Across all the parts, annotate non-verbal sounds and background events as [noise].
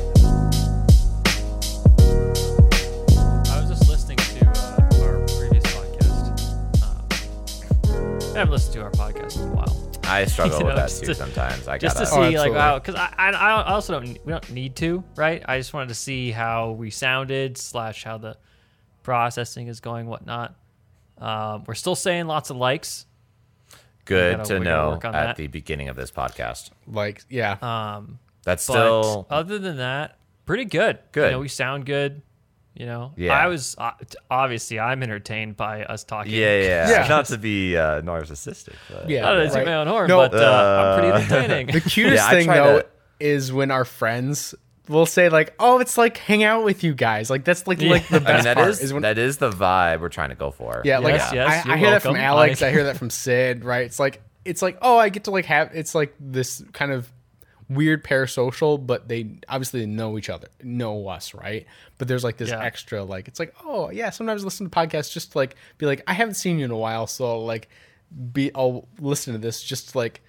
uh, Um, struggle [laughs] you know, with that just too to- sometimes. I just to gotta, see Oh, like absolutely. wow because I, I I also don't we don't need to right I just wanted to see how we sounded slash how the processing is going whatnot um, we're still saying lots of likes good gotta- to we gotta know work at on that. the beginning of this podcast. Like, yeah. um, That's but uh, still other than that pretty good you Good. know we sound good you know Yeah. I was uh, t- obviously I'm entertained by us talking [laughs] yeah, yeah, Yeah. Not to be uh, narcissistic. But. yeah. I don't know, toot right. my own horn, No. but uh, I'm pretty The [laughs] [laughs] entertaining. cutest I thing try though to- is when our friends will say like, "Oh, it's like hang out with you guys." Like that's like Yeah. like the I mean best that part is, is when that is the vibe we're trying to go for. yeah, like Yes, yes, I, you're I hear that from welcome. Alex. I- I hear that from Sid. Right? It's like it's like oh, I get to like have it's like this kind of weird parasocial, but they obviously know each other, know us, right? But there's like this Yeah. extra like it's like oh yeah, sometimes I listen to podcasts just to, like be like I haven't seen you in a while, so like be I'll listen to this just like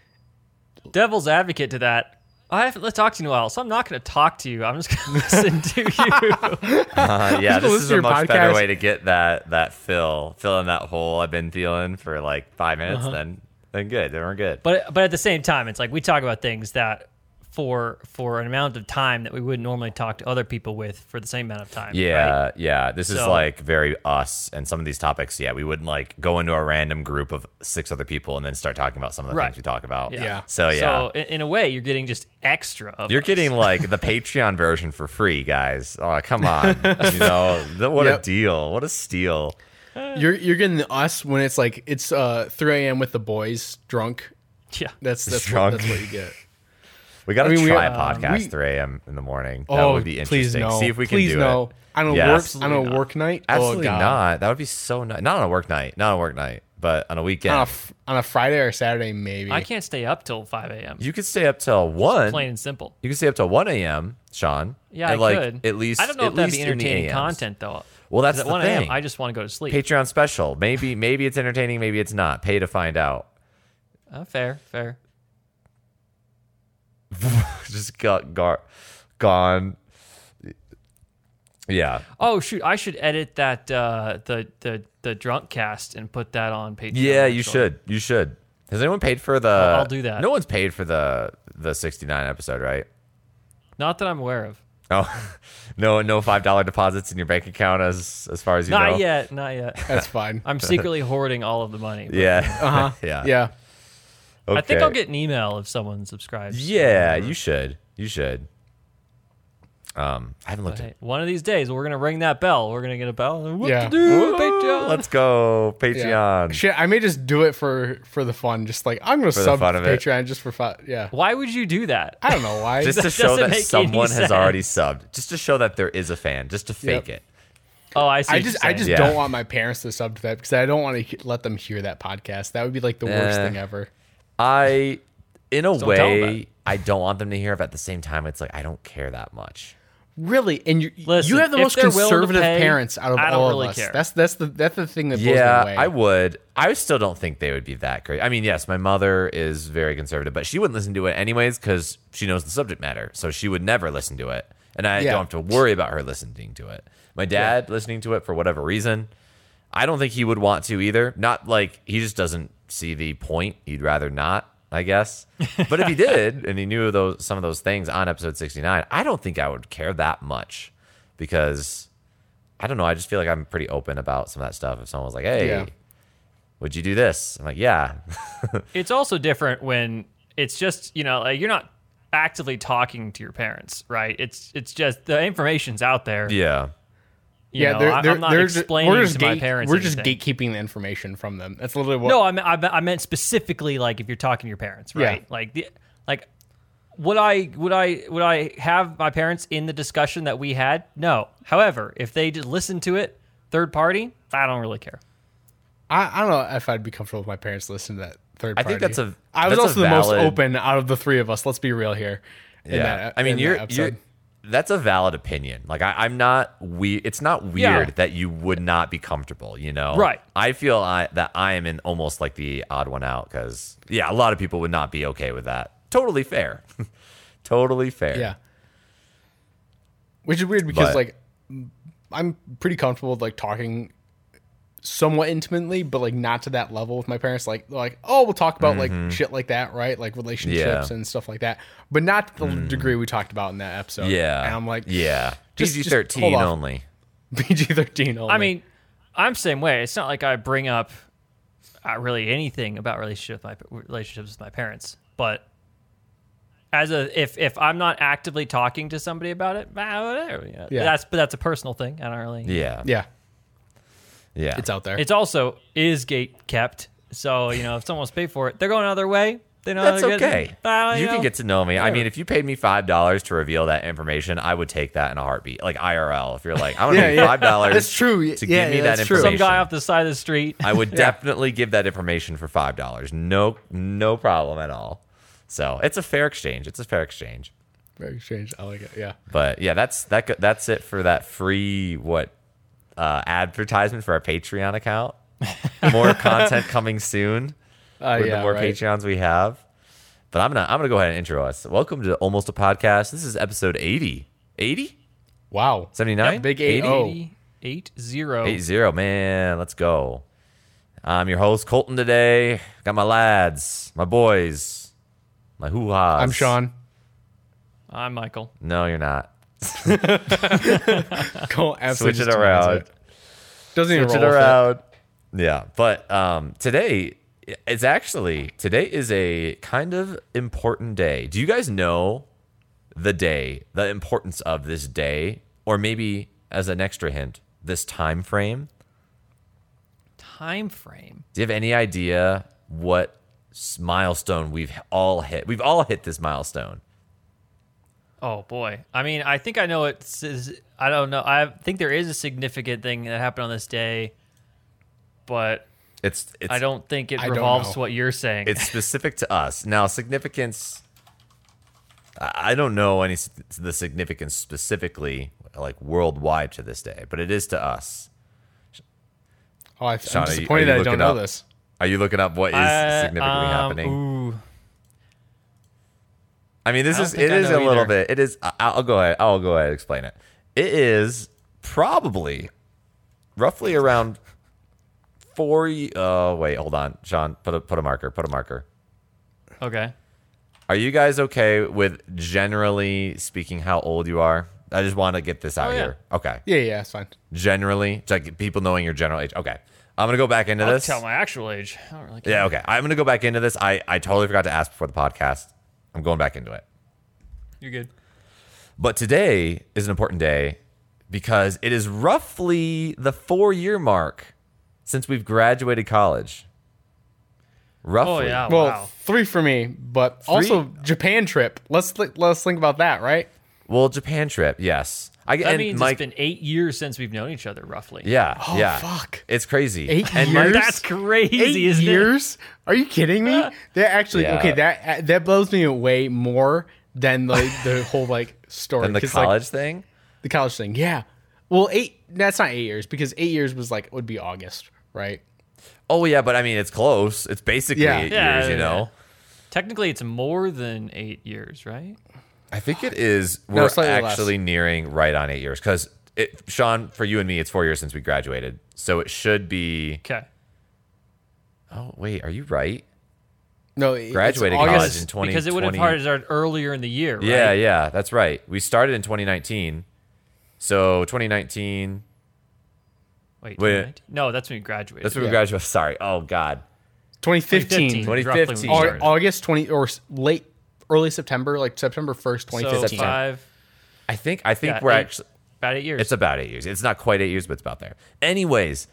devil's advocate to that. I haven't talked to you in a while, so I'm not going to talk to you. I'm just going to [laughs] listen [laughs] to you. Uh, yeah, People this listen is to a your much better podcast. way to get that that fill fill in that hole I've been feeling for like five minutes. Then then good, then we're good. But but at the same time, it's like we talk about things that for for an amount of time that we wouldn't normally talk to other people with for the same amount of time. yeah, right? yeah, this is So- like very us, and some of these topics, yeah, we wouldn't like go into a random group of six other people and then start talking about some of the Right. things we talk about. Yeah. Yeah. So yeah, So in, in a way, you're getting just extra of. You're us. getting like the Patreon version for free, guys. Oh, come on. you know, th- what a Yep. deal. What a steal. You're you're getting the us when it's like it's uh 3 a.m. with the boys drunk. yeah. That's that's Drunk. What, that's what you get. We got to I mean, we- try a um, podcast we- 3 a.m. in the morning. that Oh, would be interesting. please no. See if we can please do no. it. On a Yeah, work on a absolutely not. work night. Absolutely oh, God. not. That would be so nice. Not on a work night. Not on a work night, but on a weekend. On a, Ah, f- on a Friday or Saturday maybe. I can't stay up till 5 a.m. you could stay up till 1. Plain and simple. You could stay up till 1 a.m., Sean. Yeah, I and, like, could. At least, I don't know at if that'd be least in the entertaining AMs. content though. Well, that's 'Cause at the 1 thing. a.m. I just want to go to sleep. Patreon special. Maybe, maybe it's entertaining. Maybe it's not. Pay to find out. Uh, fair, fair. [laughs] Just got gar- gone. Yeah. Oh shoot! I should edit that uh, the the the drunk cast and put that on Patreon. Yeah, you actually. should. You should. Has anyone paid for the? I'll- I'll do that. No one's paid for the the sixty nine episode, right? Not that I'm aware of. Oh, [laughs] no, no five dollar deposits in your bank account as as far as you Not know. yet. Not yet. That's fine. I'm secretly hoarding all of the money. but [laughs] Yeah. Uh-huh. [laughs] yeah. Yeah. I think I'll Okay. get Mm-hmm. an email if someone subscribes. Yeah, you should. You should. Um, I haven't looked at. Hey, one of these days we're gonna ring that bell. We're gonna get a bell. and What Yeah. to do? Woo, Patreon. Let's go [laughs] Yeah. Patreon. Shit, I may just do it for for the fun. Just like I'm gonna the sub fun to of it. Patreon just for fun. Yeah. Why would you do that? I don't know [laughs] why. Just to That show doesn't that make any someone has sense. already subbed. Just to show that there is a fan. Just to fake Yep. it. Oh, I see. I what you're just I saying. just Yeah. don't want my parents to sub to that because I don't want to let them hear that podcast. That would be like the worst Eh. thing ever. I, in a tell 'em way, I don't want them to hear. But at the same time, it's like I don't care that much. Really, and you Listen, you have the if most they're willing to conservative pay, parents out of I don't all really of us. care. That's that's the that's the thing that blows Yeah, me away. I would. I still don't think they would be that great. I mean, yes, my mother is very conservative, but she wouldn't listen to it anyways because she knows the subject matter. So she would never listen to it. And I Yeah. don't have to worry about her listening to it. My dad listening to it for whatever reason. I don't think he would want to either. Not like he just doesn't see the point. He'd rather not, I guess. But if he did and he knew those some of those things on episode 69, I don't think I would care that much because I don't know. I just feel like I'm pretty open about some of that stuff. If someone was like, "Hey, Yeah. would you do this?" I'm like, [laughs] "Yeah, It's also different when it's just you know like you're not actively talking to your parents, right? It's it's just the information's out there. yeah, You know, I- I'm not ju- explaining we're just to my gate- parents. We're just anything. gatekeeping the information from them. That's literally what. No, I mean, I, me- I meant specifically like if you're talking to your parents, right? Yeah. Like the like would I would I would I have my parents in the discussion that we had? No. However, if they did listen to it third party, I don't really care. I, I don't know if I'd be comfortable with my parents listening to that third. I Party. think that's a- I was that's a also the most valid- open out of the three of us. Let's be real here. [laughs] in yeah." that- I mean, in that you're, episode. you're that's a valid opinion. Like, I, I'm not we. It's not weird that you would not be comfortable. You know, Right. I feel I, that I am in almost like the odd one out because yeah, a lot of people would not be okay with that. Totally fair. [laughs] totally fair. yeah. Which is weird because But- like I'm pretty comfortable with like talking somewhat intimately, but like not to that level with my parents. Like like oh, we'll talk about like shit like that, right? Like relationships Mm-hmm. Yeah. Mm. and stuff like that, but not to the degree we talked about in that episode. Yeah. and I'm like [laughs] yeah. just- PG just thirteen hold off. only. PG thirteen. oh, I mean, I'm same way. It's not like I bring up uh, really anything about relationship with my relationships with my parents, but as a if if I'm not actively talking to somebody about it, ah, whatever. Yeah. Yeah. That's but that's a personal thing. I don't really. Yeah. yeah, Yeah. it's out there. It's also is gate kept. So you know, if someone's paid for it, they're going another way. They know That's they're good. okay. Ah, You can know. get to know me. I mean, if you paid me five dollars to reveal that information, I would take that in a heartbeat. Like IRL, if you're like, I'm gonna Yeah, pay yeah. five dollars. That's true. To Yeah, give me that yeah, that's true. information, some guy [laughs] off the side of the street. [laughs] I would definitely give that information for five dollars. No, no problem at all. So it's a fair exchange. It's a fair exchange. Very strange. I like it. Yeah. But yeah, that's that. go- That's it for that free what uh, advertisement for our Patreon [laughs] account. More content coming soon Uh, with yeah, the more right. Patreons we have. But I'm gonna I'm gonna go ahead and intro us. Welcome to Almost a Podcast. This is episode 80. 80? Wow. 79? Yep, big 80? 80. Oh. 88 zero. 80, man. Let's go. I'm your host, Colton, today. Got my lads, my boys, my hoo ha's. [laughs] I'm Sean. I'm Michael. No, you're not. Go absolutely Switch it just denounce around. it. Doesn't even Switch it roll with around. Yeah. But um, today, it's actually, today is a kind of important day. Do you guys know the day, the importance of this day, or maybe as an extra hint, this time frame? Time frame. Do you have any idea what s- milestone we've all hit? We've all hit this milestone. Oh boy. I mean, I think I know it's. is- I don't know. I think there is a significant thing that happened on this day, but It's it's I don't think it I don't revolves know. what you're saying. [laughs] it's specific to us. Now significance I I don't know any s- the significance specifically like worldwide to this day, but it is to us. Oh, I, Sean, I'm are you- are disappointed you that I looking don't know up? this. Are you looking up what is Uh, significantly um, happening? Ooh. I mean, this I is don't think it I is a know little either. bit. It is. I- I'll go ahead. I'll go ahead and explain it. It is probably roughly around four. ye- Oh wait, hold on, Sean. Put a put a marker. Put a marker. Okay. Are you guys okay with generally speaking how old you are? I just want to get this out Oh, yeah. here. Okay, Yeah, yeah, it's fine. generally, it's like people knowing your general age. Okay, I'm gonna go back into I'll this. tell my actual age. I don't really care. yeah, okay. I'm gonna go back into this. I I totally forgot to ask before the podcast. I'm going back into it. You're good. But today is an important day because it is roughly the four year mark since we've graduated college. Oh Roughly. yeah. Well, wow. three for me, but also Japan trip. Let's li- let's think about that, right? Well, Japan trip, yes. I That and means Mike, it's been eight years since we've known each other, roughly. yeah, Oh, yeah. fuck. It's crazy. Eight and years. Mike, That's crazy, Eight isn't it? years? Are you kidding me? [laughs] That actually Yeah. okay. That that blows me away more than like [laughs] the whole like story. and the 'cause, like, college thing. the college thing, yeah. Well, eight. That's not eight years because eight years was like would be August, right? Oh yeah, but I mean it's close. It's basically Yeah. eight Yeah, years, you yeah, know. Technically, it's more than eight years, right? I think it is. No, We're slightly less. actually nearing right on eight years because Sean, for you and me, it's four years since we graduated, so it should be. Okay. Oh wait, are you right? No, it- it's Graduated August. college in twenty Because it would have twenty. started earlier in the year, right? Yeah, yeah, that's right. We started in 2019. So 2019, Wait, Wait. 2019? no, that's when you graduated. that's when we Yeah. graduated. [laughs] Sorry. Oh God. 2015. 2015. roughly 2015. Au- when we started. August 20 or s- late early September, like September 1st, So 2015. five, I think I think Yeah, we're eight- actually about eight years. it's about 8 years. It's not quite 8 years, but it's about there. Anyways,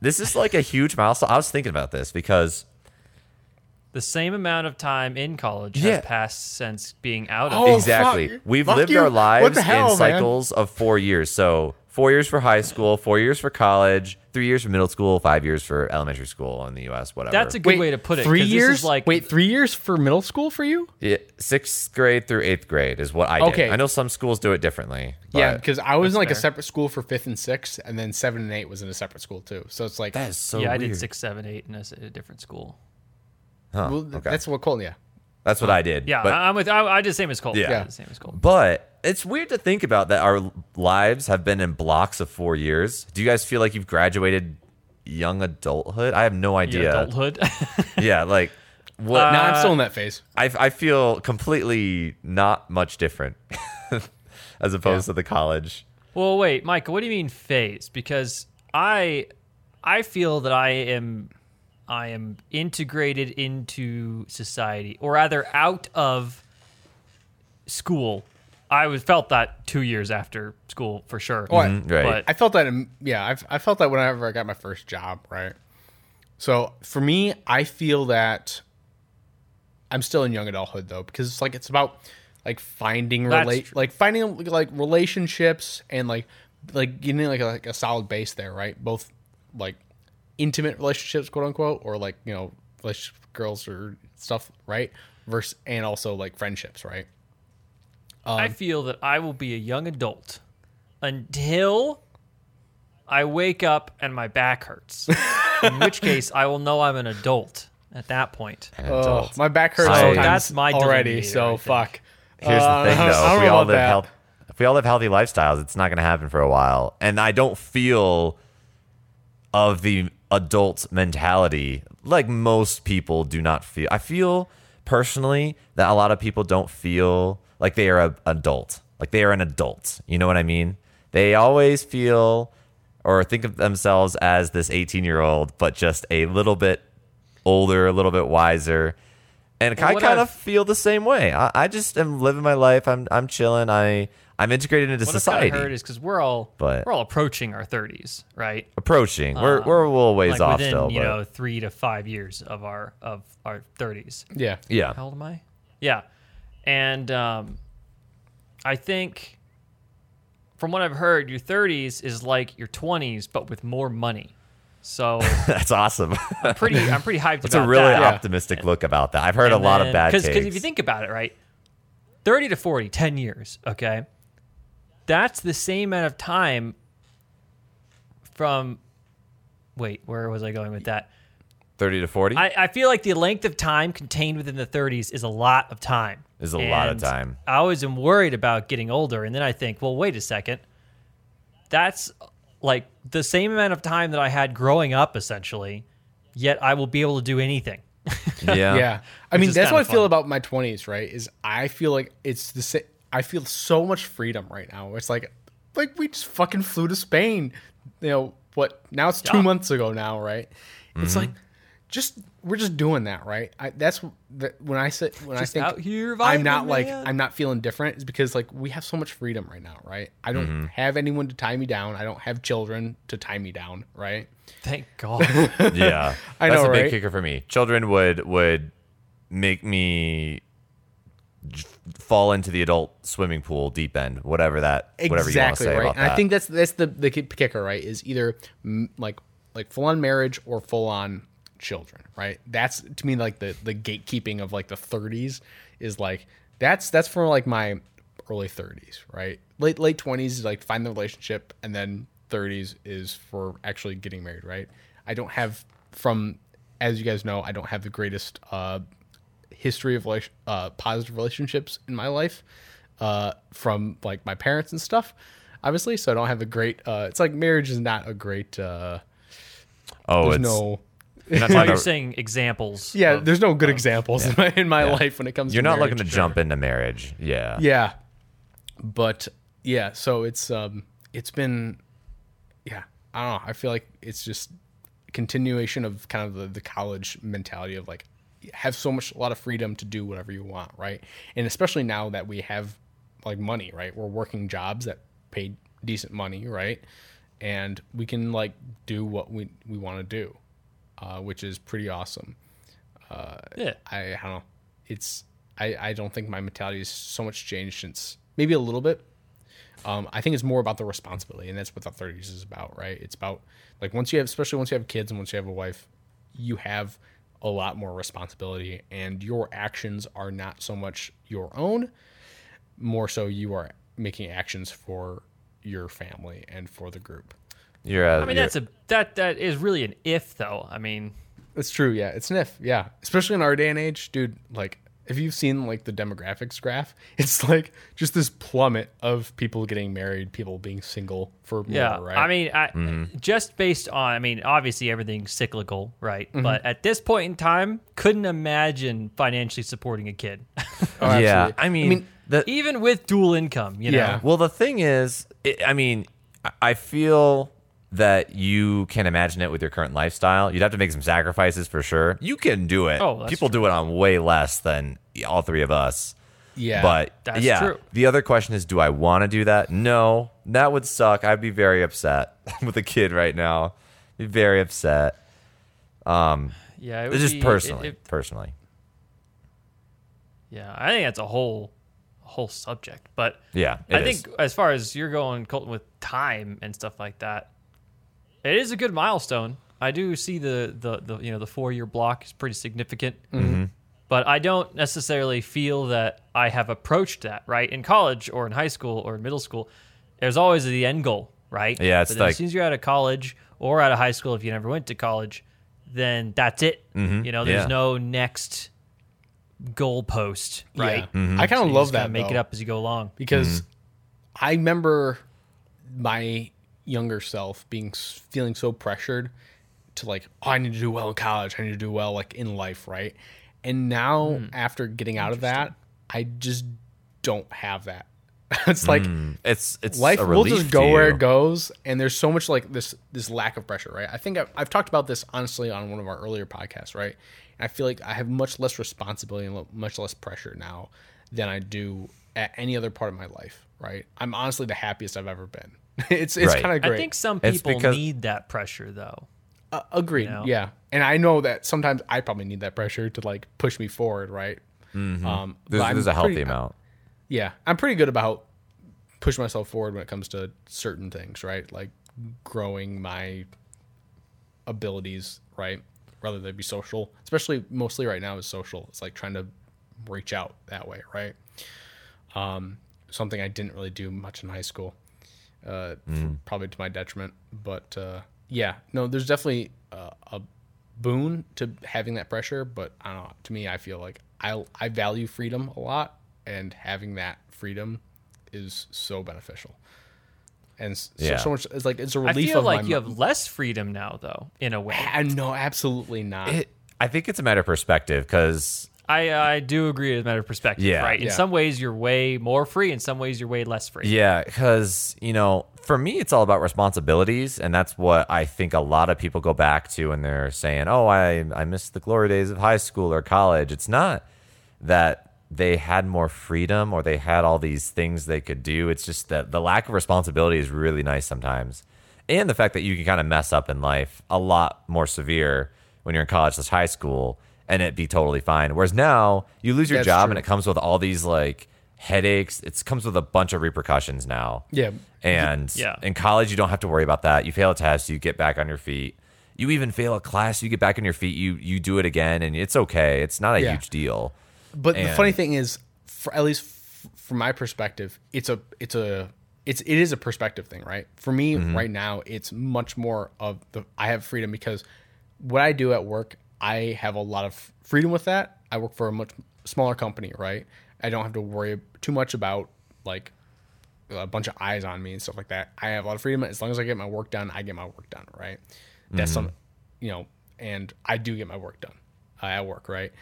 this is like a huge milestone. I was thinking about this because the same amount of time in college Yeah. has passed since being out of Oh, it. exactly. fuck. We've Fuck lived you. our What the lives hell, in man? cycles of 4 years. So, 4 years for high school, 4 years for college, 3 years for middle school, 5 years for elementary school in the US, whatever. That's a good way to put it. 'cause Three this is years? like Wait, three years for middle school for you? Yeah, 6th grade through 8th grade is what I did. Okay. I know some schools do it differently. yeah, but- because I was in like a fair. separate school for fifth and sixth, and then seven and eight was in a separate school too. So it's like, That is so yeah, I weird. did six, seven, eight in a, s- a different school. Huh, well, th- okay. that's that's, what Colton, yeah. what I did. Yeah, uh, But, I, am with. I, I did the same as Cole. Yeah. the same as Cole. but it's weird to think about that our lives have been in blocks of four years. Do you guys feel like you've graduated young adulthood. I have no idea. Your adulthood. [laughs] Uh, Yeah, like what? no, I'm still in that phase. I, I feel completely not much different [laughs] as opposed to the college. well, wait, Michael. What do you mean phase? Because I, I feel that I am, I am integrated into society, or rather, out of school. I was felt that two years after school for sure. Oh, I- right. But I felt that. im- Yeah, I've, I felt that whenever I got my first job, right? So for me, I feel that I'm still in young adulthood though, because it's like it's about like finding That's relate, true. like finding like relationships and like like getting like a, like a solid base there, right? Both like intimate relationships, quote unquote, or like you know relationships with girls or stuff, right? Versus and also like friendships, right? Mm-hmm. I feel that I will be a young adult until I wake up and my back hurts. In which case, I will know I'm an adult at that point. Oh, my back hurts. So sometimes that's my delineator, already. I So think. fuck. Here's Uh, the thing, [laughs] I though. don't If we know all live about that. health, if we all live healthy lifestyles, it's not going to happen for a while. And I don't feel of the adult mentality like most people do not feel. I feel personally that a lot of people don't feel like they are an adult, like they are an adult. You know what I mean? They always feel or think of themselves as this 18 year old, but just a little bit older, a little bit wiser. And I what kind I've- of feel the same way. I, I just am living my life. I'm I'm chilling. I I'm integrated into What I've society. kind of heard is because we're all But- we're all approaching our 30s, right? Approaching, we're we're a little ways um, Like off within still, you but know three to five years of our of our 30s. Yeah. yeah, How old am I? Yeah. And um, I think from what I've heard, your 30s is like your 20s, but with more money. [laughs] So that's awesome. I'm pretty, I'm pretty hyped That's about a really that. optimistic look about that. I've heard a lot of bad takes. Because if you think about it, right, 30 to 40, 10 years, okay, that's the same amount of time from. Wait, where was I going with that? thirty to forty I, I feel like the length of time contained within the 30s is a lot of time. Is a lot of And time. I always am worried about getting older, and then I think, well, wait a second. That's like the same amount of time that I had growing up, essentially. Yet I will be able to do anything. [laughs] yeah, [laughs] Yeah. I mean, is that's kinda what I feel fun. about my 20s, right? Is I feel like it's the same. I feel so much freedom right now. It's like, like we just fucking flew to Spain. You know, what? Now it's two Yeah. Mm-hmm. months ago now, right? It's like, just, we're just doing that, right? I, that's that, when I say, when Just I think out here I'm vibing, not like, man. I'm not feeling different is because like we have so much freedom right now, right? I don't Mm-hmm. have anyone to tie me down. I don't have children to tie me down, right? Thank [laughs] God. [laughs] yeah. I That's know, a big right? kicker for me. Children would would make me j- fall into the adult swimming pool deep end, whatever that whatever you want to exactly say right about and that. i think that's that's the the ki- kicker right is either mm, like like full on marriage or full on children right that's to me like the the gatekeeping of like the 30s is like that's that's for like my early 30s right late late 20s is like find the relationship and then 30s is for actually getting married right i don't have from as you guys know i don't have the greatest uh history of like uh, positive relationships in my life uh, from like my parents and stuff obviously so i don't have a great uh, it's like marriage is not a great uh, oh, there's it's uh, no [laughs] you're Well, not, [laughs] talking you're about- saying examples. yeah of- there's no good examples [laughs] in my, in my life when it comes you're to not marriage. looking to jump into marriage. Yeah. yeah but yeah so it's um it's been yeah i don't know i feel like it's just continuation of kind of the, the college mentality of like have so much a lot of freedom to do whatever you want right and especially now that we have like money right we're working jobs that pay decent money right and we can like do what we we want to do uh, which is pretty awesome yeah. I, I don't know. It's I, I don't think my mentality is so much changed since maybe a little bit. Um, I think it's more about the responsibility, and that's what the thirties is about, right? It's about like once you have, especially once you have kids and once you have a wife, you have a lot more responsibility, and your actions are not so much your own, more so you are making actions for your family and for the group. You're a, I mean, you're- that's a that that is really an if though. I mean, It's true, yeah. It's an if, yeah. Especially in our day and age, dude. Like, if you've seen like the demographics graph, [laughs] it's like just this plummet of people getting married, people being single for Yeah, more, right? I mean, I, Mm-hmm. just based on, I mean, obviously everything's cyclical, right? Mm-hmm. But at this point in time, couldn't imagine financially supporting a kid, [laughs] Oh, absolutely. yeah, [laughs] I mean, the, even with dual income. You know, Yeah. well, the thing is, it, I mean, I- I feel that you can imagine it with your current lifestyle. You'd have to make some sacrifices for sure. You can do it. Oh, that's people do it on way less than all three of us. yeah. But That's yeah, true. the other question is, do I want to do that? No, that would suck. I'd be very upset [laughs] with a kid right now. Be very upset. yeah, it would It's just be- it- personally, it- personally. yeah, I think that's a whole, a whole subject. But Yeah, I it is. think as far as you're going, Colton, with time and stuff like that, it is a good milestone. I do see the the, the you know the four year block is pretty significant, Mm-hmm. but I don't necessarily feel that I have approached that right in college or in high school or in middle school. There's always the end goal, right? Yeah, it's but then like- as soon as you're out of college or out of high school, if you never went to college, then that's it. You know, there's Mm-hmm. Yeah. no next goalpost, right? Yeah. I kind of You love just gotta that. Make it though. up as you go along. because I remember my younger self being s- feeling so pressured to like, oh, I need to do well in college. I need to do well like in life, right? And now Hmm. after getting out of that, I just don't have that. [laughs] it's like it's it's life a will relief just to go where you. it goes and there's so much like this this lack of pressure right i think I've, I've talked about this honestly on one of our earlier podcasts right and i feel like i have much less responsibility and lo- much less pressure now than i do at any other part of my life right i'm honestly the happiest i've ever been [laughs] it's it's Right. kind of great I think some It's people because- need that pressure, though. uh, agreed yeah and i know that sometimes i probably need that pressure to like push me forward right um but There's, I'm there's Mm-hmm. a healthy pretty- amount. yeah i'm pretty good about pushing myself forward when it comes to certain things right like growing my abilities right rather than be social especially mostly right now is social it's like trying to reach out that way right um something i didn't really do much in high school uh probably to my detriment but uh yeah no there's definitely uh, a boon to having that pressure, but I don't know. To me, I feel like I I value freedom a lot, and having that freedom is so beneficial. And s- so, Yeah. so much it's like it's a I relief feel of like my you have less freedom now, though, in a way. I, no, absolutely not. It, I think it's a matter of perspective because I, I do agree as a matter of perspective, Yeah. right? In Yeah. some ways, you're way more free. In some ways, you're way less free. Yeah, because, you know, for me, it's all about responsibilities. And that's what I think a lot of people go back to when they're saying, oh, I, I miss the glory days of high school or college. It's not that they had more freedom or they had all these things they could do. It's just that the lack of responsibility is really nice sometimes. And the fact that you can kind of mess up in life a lot more severe when you're in college slash high school and it be totally fine. Whereas now you lose your That's job true. and it comes with all these like headaches. It comes with a bunch of repercussions now. Yeah. And Yeah. in college, you don't have to worry about that. You fail a test, you get back on your feet. You even fail a class, you get back on your feet. You you do it again, and it's okay. It's not a Yeah. huge deal. But the And- funny thing is, for, at least f- from my perspective, it's a it's a it's it is a perspective thing, right? For me right now, it's much more of the I have freedom because what I do at work, I have a lot of freedom with that. I work for a much smaller company, right? I don't have to worry too much about like a bunch of eyes on me and stuff like that. I have a lot of freedom as long as I get my work done. I get my work done, right? That's some, you know, and I do get my work done uh, at work, right?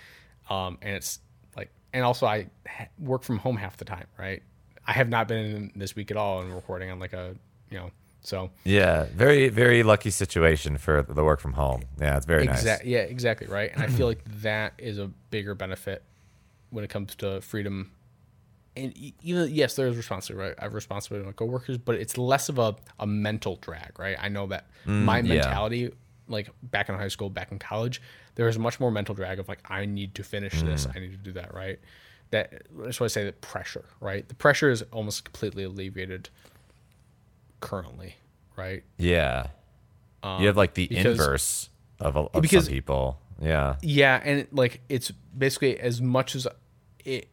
Um, and it's like, and also I ha- work from home half the time, right? I have not been in this week at all and recording on like a, you know, so Yeah, very very lucky situation for the work from home. Yeah, it's very nice. Exactly. Yeah, exactly. Right. And I [clears throat] feel like that is a bigger benefit when it comes to freedom. And e- even yes, there is responsibility. Right, I have responsibility to my coworkers, but it's less of a, a mental drag. Right. I know that my Mm, yeah. mentality, like back in high school, back in college, there was much more mental drag of like I need to finish this. Mm. I need to do that. Right. That that's why I say the pressure. Right. The pressure is almost completely alleviated currently. Right. Yeah, you have like the um, because- inverse of, a- of because- some people. Yeah, Yeah, and like it's basically as much as it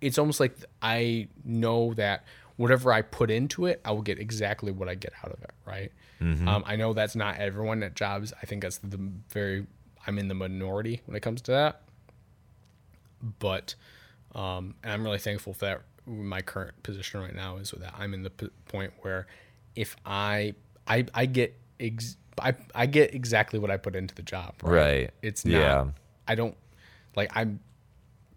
it's almost like I know that whatever I put into it, I will get exactly what I get out of it, right? Um, I know that's not everyone at jobs. I think that's the very I'm in the minority when it comes to that. but um, and I'm really thankful for that. My current position right now is that I'm in the p- point where if I I I get ex- I, I get exactly what I put into the job. Right. Right. It's not. Yeah. I don't like. I'm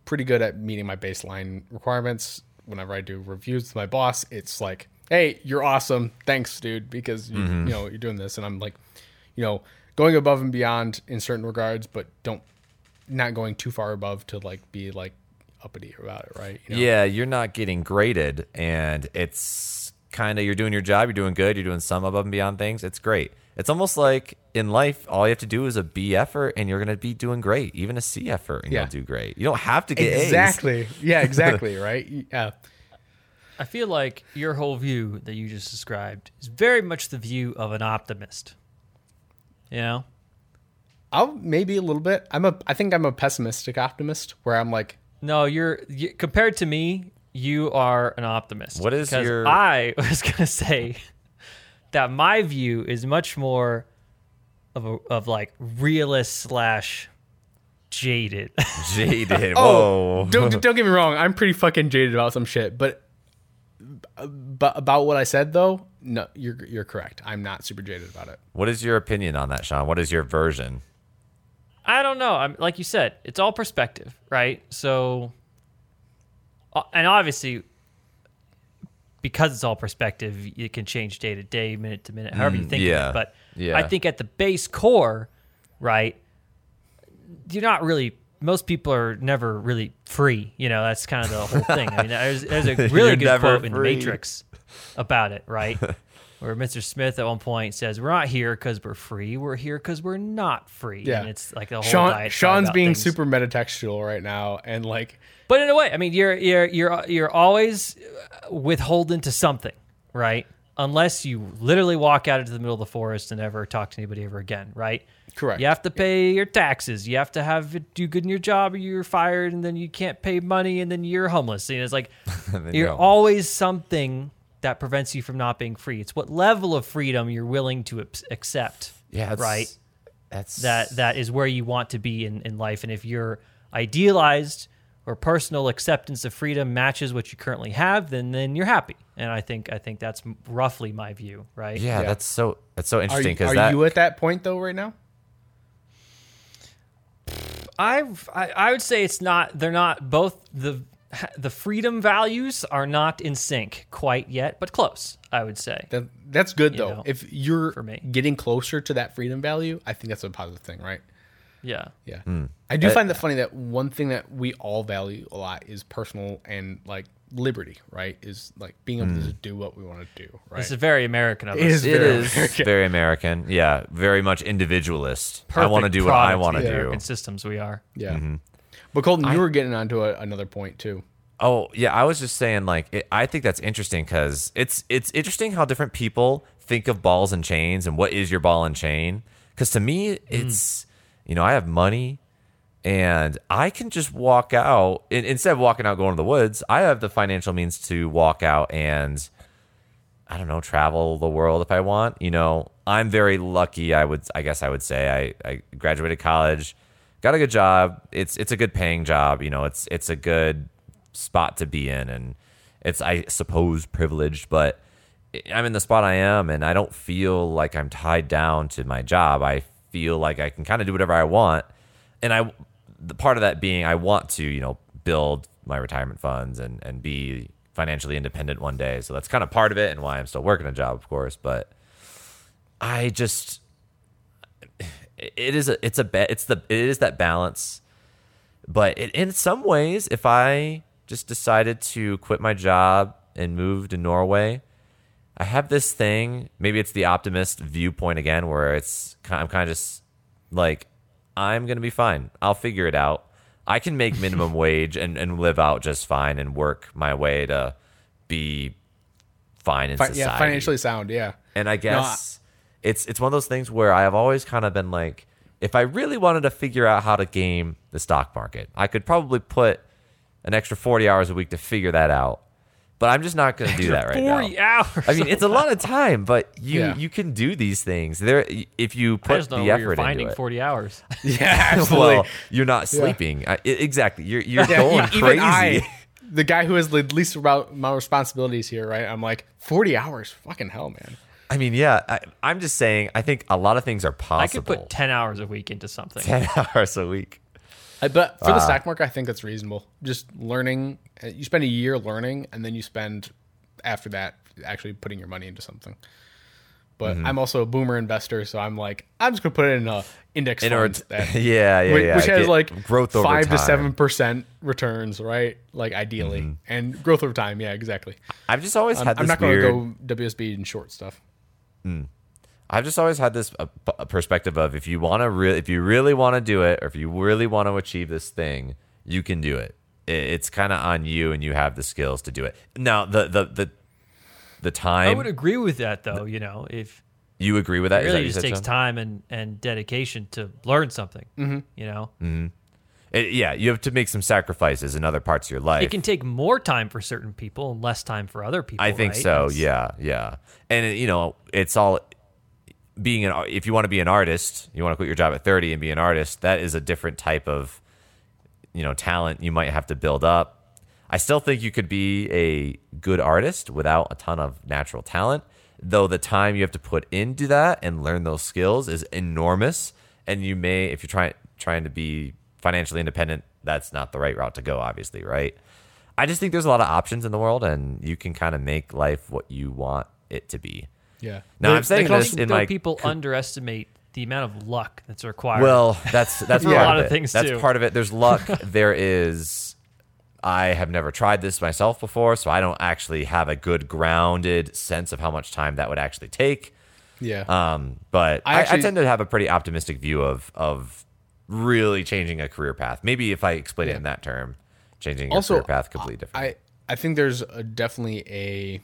pretty good at meeting my baseline requirements. Whenever I do reviews with my boss, it's like, "Hey, you're awesome. Thanks, dude, because you, Mm-hmm. you know you're doing this." And I'm like, you know, going above and beyond in certain regards, but don't not going too far above to like be like uppity about it, right? You know? Yeah, you're not getting graded, and it's kind of you're doing your job, you're doing good, you're doing some above and beyond things. It's great. It's almost like in life, all you have to do is a B effort, and you're gonna be doing great. Even a C effort, and Yeah. you'll do great. You don't have to get A's. [laughs] Exactly. Yeah, exactly. right. Yeah. I feel like your whole view that you just described is very much the view of an optimist. You know? I'll maybe a little bit. I'm a. I think I'm a pessimistic optimist, where I'm like, No, you're you, compared to me, you are an optimist. What is because your- I [laughs] was gonna say that my view is much more of a, of like realist slash jaded. [laughs] Jaded. Oh, Whoa. [laughs] don't don't get me wrong. I'm pretty fucking jaded about some shit, but but about what I said though, no, you're you're correct. I'm not super jaded about it. What is your opinion on that, Sean? What is your version? [laughs] I don't know. I'm like you said, it's all perspective, right? So, uh, and obviously, because it's all perspective, it can change day to day, minute to minute, however you think. Of Mm, yeah, it. But yeah. I think at the base core, right, you're not really. Most people are never really free. You know, that's kind of the whole thing. I mean, there's, there's a really [laughs] You're good never quote in free. Matrix about it, [laughs] right? Where Mr. Smith at one point says, "We're not here because we're free. We're here because we're not free." Yeah. and it's like the whole Sean diet Sean's about being things. super metatextual right now, and like But in a way, I mean, you're you're you're you're always withholding to something, right? Unless you literally walk out into the middle of the forest and never talk to anybody ever again, right? Correct. You have to pay your taxes. You have to have do good in your job, or you're fired, and then you can't pay money, and then you're homeless. And it's like then you're you're always something that prevents you from not being free. It's what level of freedom you're willing to ac- accept. Yeah, that's, right That's that that is where you want to be in, in life and if your idealized or personal acceptance of freedom matches what you currently have then then you're happy and i think i think that's m- roughly my view right Yeah, that's so that's so are, interesting you, because are that you at that point though right now? I've, i i would say it's not they're not both the the freedom values are not in sync quite yet but close i would say That that's good though. know, if you're for me. getting closer to that freedom value, I think that's a positive thing, right? yeah Yeah. Hmm. I do find that funny that one thing that we all value a lot is personal and like liberty, right? Is like being able Hmm. to do what we want to do, right? this is very american of us is it very is [laughs] American. very American. Yeah, very much individualist. I want to Perfect do what I product want to of the do. american systems we are Yeah. Mm-hmm. But Colton, you were getting onto a, another point too. Oh yeah, I was just saying like it, I think that's interesting because it's it's interesting how different people think of balls and chains and what is your ball and chain. Because to me, it's you know I have money and I can just walk out in, instead of walking out going to the woods. I have the financial means to walk out and I don't know travel the world if I want. You know I'm very lucky. I would I guess I would say I I graduated college, got a good job. It's it's a good paying job. You know it's it's a good spot to be in and it's I suppose privileged, but I'm in the spot I am and I don't feel like I'm tied down to my job. I feel like I can kind of do whatever I want. And I the part of that being I want to, you know, build my retirement funds and and be financially independent one day. So that's kind of part of it and why I'm still working a job, of course, but I just it is a it's a ba- it's the it is that balance but it, in some ways, if I just decided to quit my job and move to Norway, I have this thing. Maybe it's the optimist viewpoint again, where it's ki- I'm kind of just like, I'm gonna be fine. I'll figure it out. I can make [laughs] minimum wage and, and live out just fine and work my way to be fine in Fi- society yeah, financially [laughs] sound. Yeah. and I guess it's it's one of those things where I have always kind of been like, if I really wanted to figure out how to game the stock market, I could probably put an extra forty hours a week to figure that out. But I'm just not going to do that right now. 40 hours. I mean, it's a lot of time, but you Yeah. you can do these things. There, if you I put just don't the know where you're effort finding into it. 40 hours. Yeah, [laughs] [laughs] absolutely. well, you're not sleeping. I, i- exactly. You're you're Yeah, e-, going even crazy. I, the guy who has the least about my responsibilities here, right? I'm like forty hours. Fucking hell, man. I mean, yeah. I, I'm just saying. I think a lot of things are I could possible. [laughs] put 10 hours a week into something. ten hours a week. I, but Uh, for the stock market, I think that's reasonable. Just learning, uh, you spend a year learning, and then you spend after that actually putting your money into something. But Mm-hmm. I'm also a boomer investor, so I'm like, I'm just gonna put it in a index In order fund to- [laughs] that- yeah, yeah, which, yeah. which has Get like growth over five time. to seven percent returns, right? Like ideally, and growth over time. Yeah, exactly. I've just always I'm, Mm-hmm. had I'm this not weird. going to go WSB and short stuff. I've just always had this uh, p- perspective of if you want to re- if you really want to do it or if you really want to achieve this thing, you can do it. I- It's kind of on you and you have the skills to do it. Now, the the the the I time would agree with that, though, you know, if you agree with that? it Is that really you just said, takes Sean? time and, and dedication to learn something, you know? Mm-hmm. It- yeah, you have to make some sacrifices in other parts of your life. It can take more time for certain people and less time for other people. I think right? so. It's- Yeah, yeah. And you know, it's all being an. If you want to be an artist, you want to quit your job at thirty and be an artist. That is a different type of, you know, talent you might have to build up. I still think you could be a good artist without a ton of natural talent, though the time you have to put into that and learn those skills is enormous. And you may, if you're trying trying to be financially independent, that's not the right route to go. Obviously, right? I just think there's a lot of options in the world, and you can kind of make life what you want it to be. Yeah. Now I'm saying I this think, in though, my people underestimate the amount of luck that's required. well, [laughs] that's that's For a part lot of of it. things, that's too. part of it. [laughs] There's luck. there is. I have never tried this myself before, so I don't actually have a good grounded sense of how much time that would actually take. Yeah. Um, but I I, I actually- tend to have a pretty optimistic view of of really changing a career path. Maybe if I explain it in that term, changing Also, your career path completely [laughs] different. I I think there's a, definitely a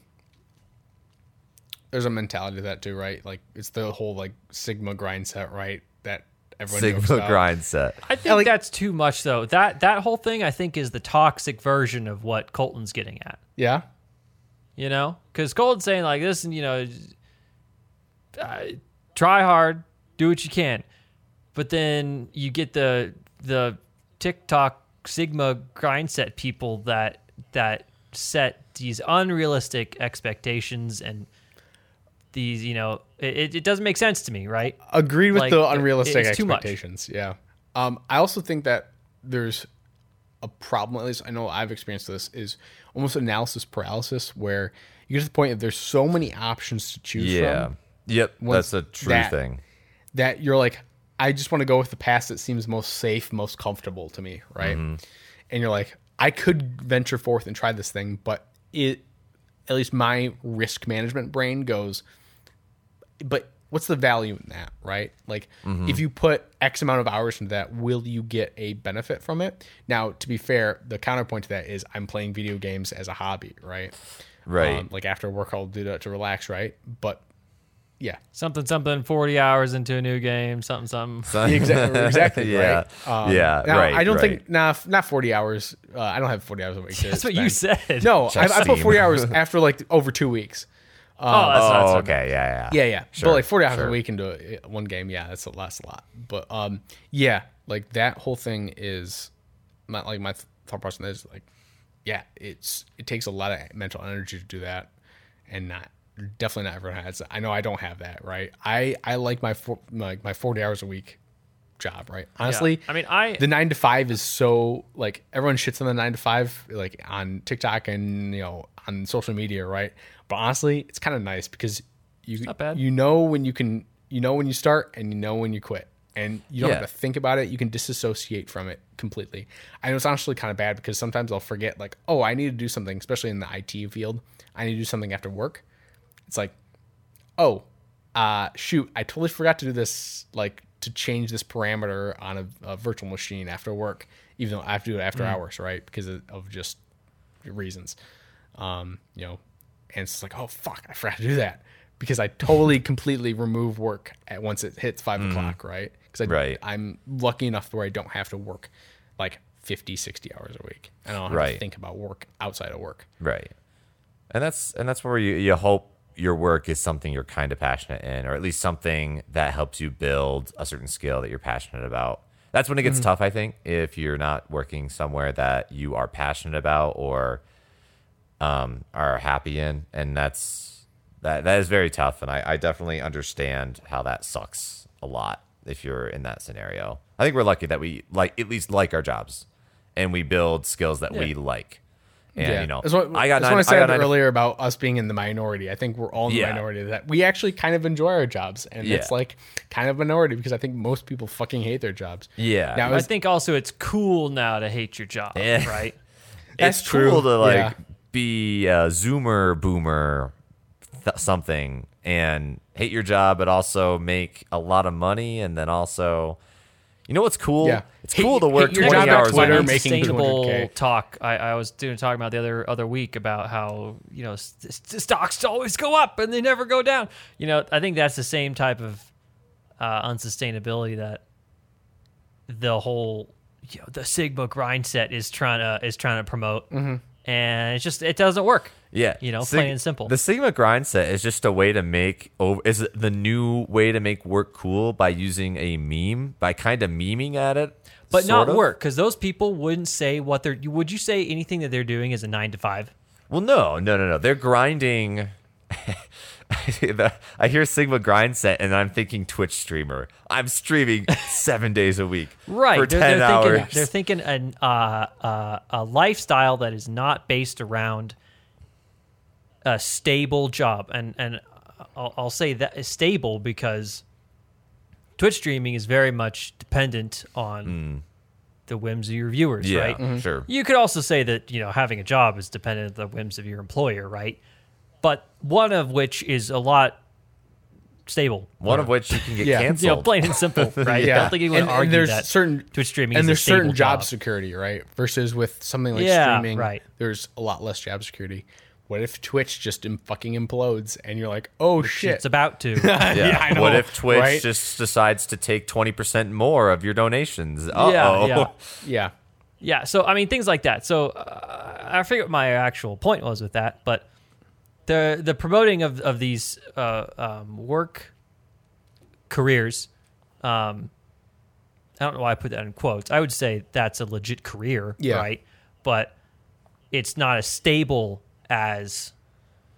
there's a mentality to that too, right? Like it's the whole like Sigma grind set, right? That everyone jokes Sigma about. grind set. I think like- that's too much, though. That that whole thing, I think, is the toxic version of what Colton's getting at. Yeah. You know, because Colton's saying like this, and you know, j- uh, try hard, do what you can, but then you get the the TikTok Sigma grind set people that that set these unrealistic expectations and these you know it, it- it doesn't make sense to me right Agreed with Like, the it- unrealistic it's too much. expectations. Yeah. Um I also think that there's a problem, at least I know I've experienced this, is almost analysis paralysis where you get to the point that there's so many options to choose Yeah. from Yep. Once That's a true that- thing. that you're like, I just want to go with the path that seems most safe, most comfortable to me, right? Mm-hmm. And you're like, I could venture forth and try this thing, but it, at least my risk management brain goes, but what's the value in that, right? Like, Mm-hmm. if you put X amount of hours into that, will you get a benefit from it? Now, to be fair, the counterpoint to that is I'm playing video games as a hobby, right? Right. Um, like after work, I'll do that to relax, right? But [laughs] yeah, something something 40 hours into a new game something something exactly, exactly yeah. right. Um, yeah. now, right. I don't right. think nah, f- not forty hours. Uh, I don't have forty hours a week. to that's what you spend. said No, I, Just I put seem. [laughs] forty hours after like over two weeks. oh that's not Oh, so okay. Yeah. Yeah. Yeah, yeah. Sure, but like forty hours sure. a week into a- one game, yeah, that's a, that's a lot. But um, yeah, like that whole thing is my like my thought process is like, yeah, it's it takes a lot of mental energy to do that, and not definitely not everyone has. that. I know I don't have that, right? I I like my four, my, my forty hours a week job, right? Honestly, I mean, I- the nine to five is so like everyone shits on the nine to five like on TikTok and you know on social media, right? But honestly, it's kind of nice because you not bad. you know when you can you know when you start and you know when you quit and you don't Yeah. have to think about it. You can disassociate from it completely. I know it's honestly kind of bad because sometimes I'll forget like oh I need to do something, especially in the IT field. I need to do something after work. It's like oh uh, shoot i totally forgot to do this like to change this parameter on a, a virtual machine after work even though i have to do it Mm. after hours right because of, of just reasons um you know and it's like oh fuck i forgot to do that because [laughs] i totally completely remove work at once it hits 5 o'clock right because Mm. Right. i'm lucky enough where i don't have to work like 50 60 hours a week i don't have Right. to think about work outside of work Right. and that's and that's where you, you hope your work is something you're kind of passionate in or at least something that helps you build a certain skill that you're passionate about that's when it Mm-hmm. gets tough i think if you're not working somewhere that you are passionate about or um, are happy in and that's that that is very tough and I, I definitely understand how that sucks a lot if you're in that scenario i think we're lucky that we like at least like our jobs and we build skills that we like and you know that's what i got that's nine, what I I said got nine to earlier about us being in the minority. I think we're all in the Yeah. minority of that we actually kind of enjoy our jobs, and it's Yeah. like kind of minority because I think most people fucking hate their jobs. Yeah. Now, I is- think also it's cool now to hate your job, Yeah. right? it's That's cool true. to like Yeah. be a zoomer boomer th- something and hate your job but also make a lot of money and then also you know what's cool Yeah. it's Hate- cool to work hate your 20 job at hours Twitter, a week. mate. making sustainable 200K. talk. I, I was doing talking about the other other week about how you know st- st- stocks always go up and they never go down. You know, I think that's the same type of uh, unsustainability that the whole you know the Sigma grind set is trying to is trying to promote, Mm-hmm. and it's just it doesn't work. Yeah, You know, Sig- plain and simple. The Sigma grind set is just a way to make over is the new way to make work cool by using a meme by kind of memeing at it, but sort not of. work because those people wouldn't say what they're. Would you say anything that they're doing is a nine to five? Well, no, no, no, no. They're grinding. [laughs] I hear Sigma grind set, and I'm thinking Twitch streamer. [laughs] I'm streaming seven days a week right for they're, 10 they're hours. thinking, they're thinking an, uh, uh, a lifestyle that is not based around a stable job and and I'll, I'll say that is stable because twitch streaming is very much dependent on the whims of your viewers Hmm. yeah, right mm-hmm. sure. you could also say that you know having a job is dependent on the whims of your employer right but one of which is a lot stable One of which you can get Yeah. You know, canceled. you know, plain and [laughs] simple, right? I don't think anyone And- and argue there's that certain Twitch streaming is and a there's certain stable job, job. security, right? Versus with something like Yeah, streaming, right. There's a lot less job security. What if Twitch just im- fucking implodes and you're like, oh shit? It's about to. yeah. [laughs] Yeah, I know, what if Twitch right? just decides to take 20% more of your donations? Uh-oh. yeah. yeah, yeah. So I mean, things like that. So uh, I forget what my actual point was with that, but the the promoting of of these uh, um, work careers. Um, I don't know why I put that in quotes. I would say that's a legit career, Yeah. right? But it's not as stable as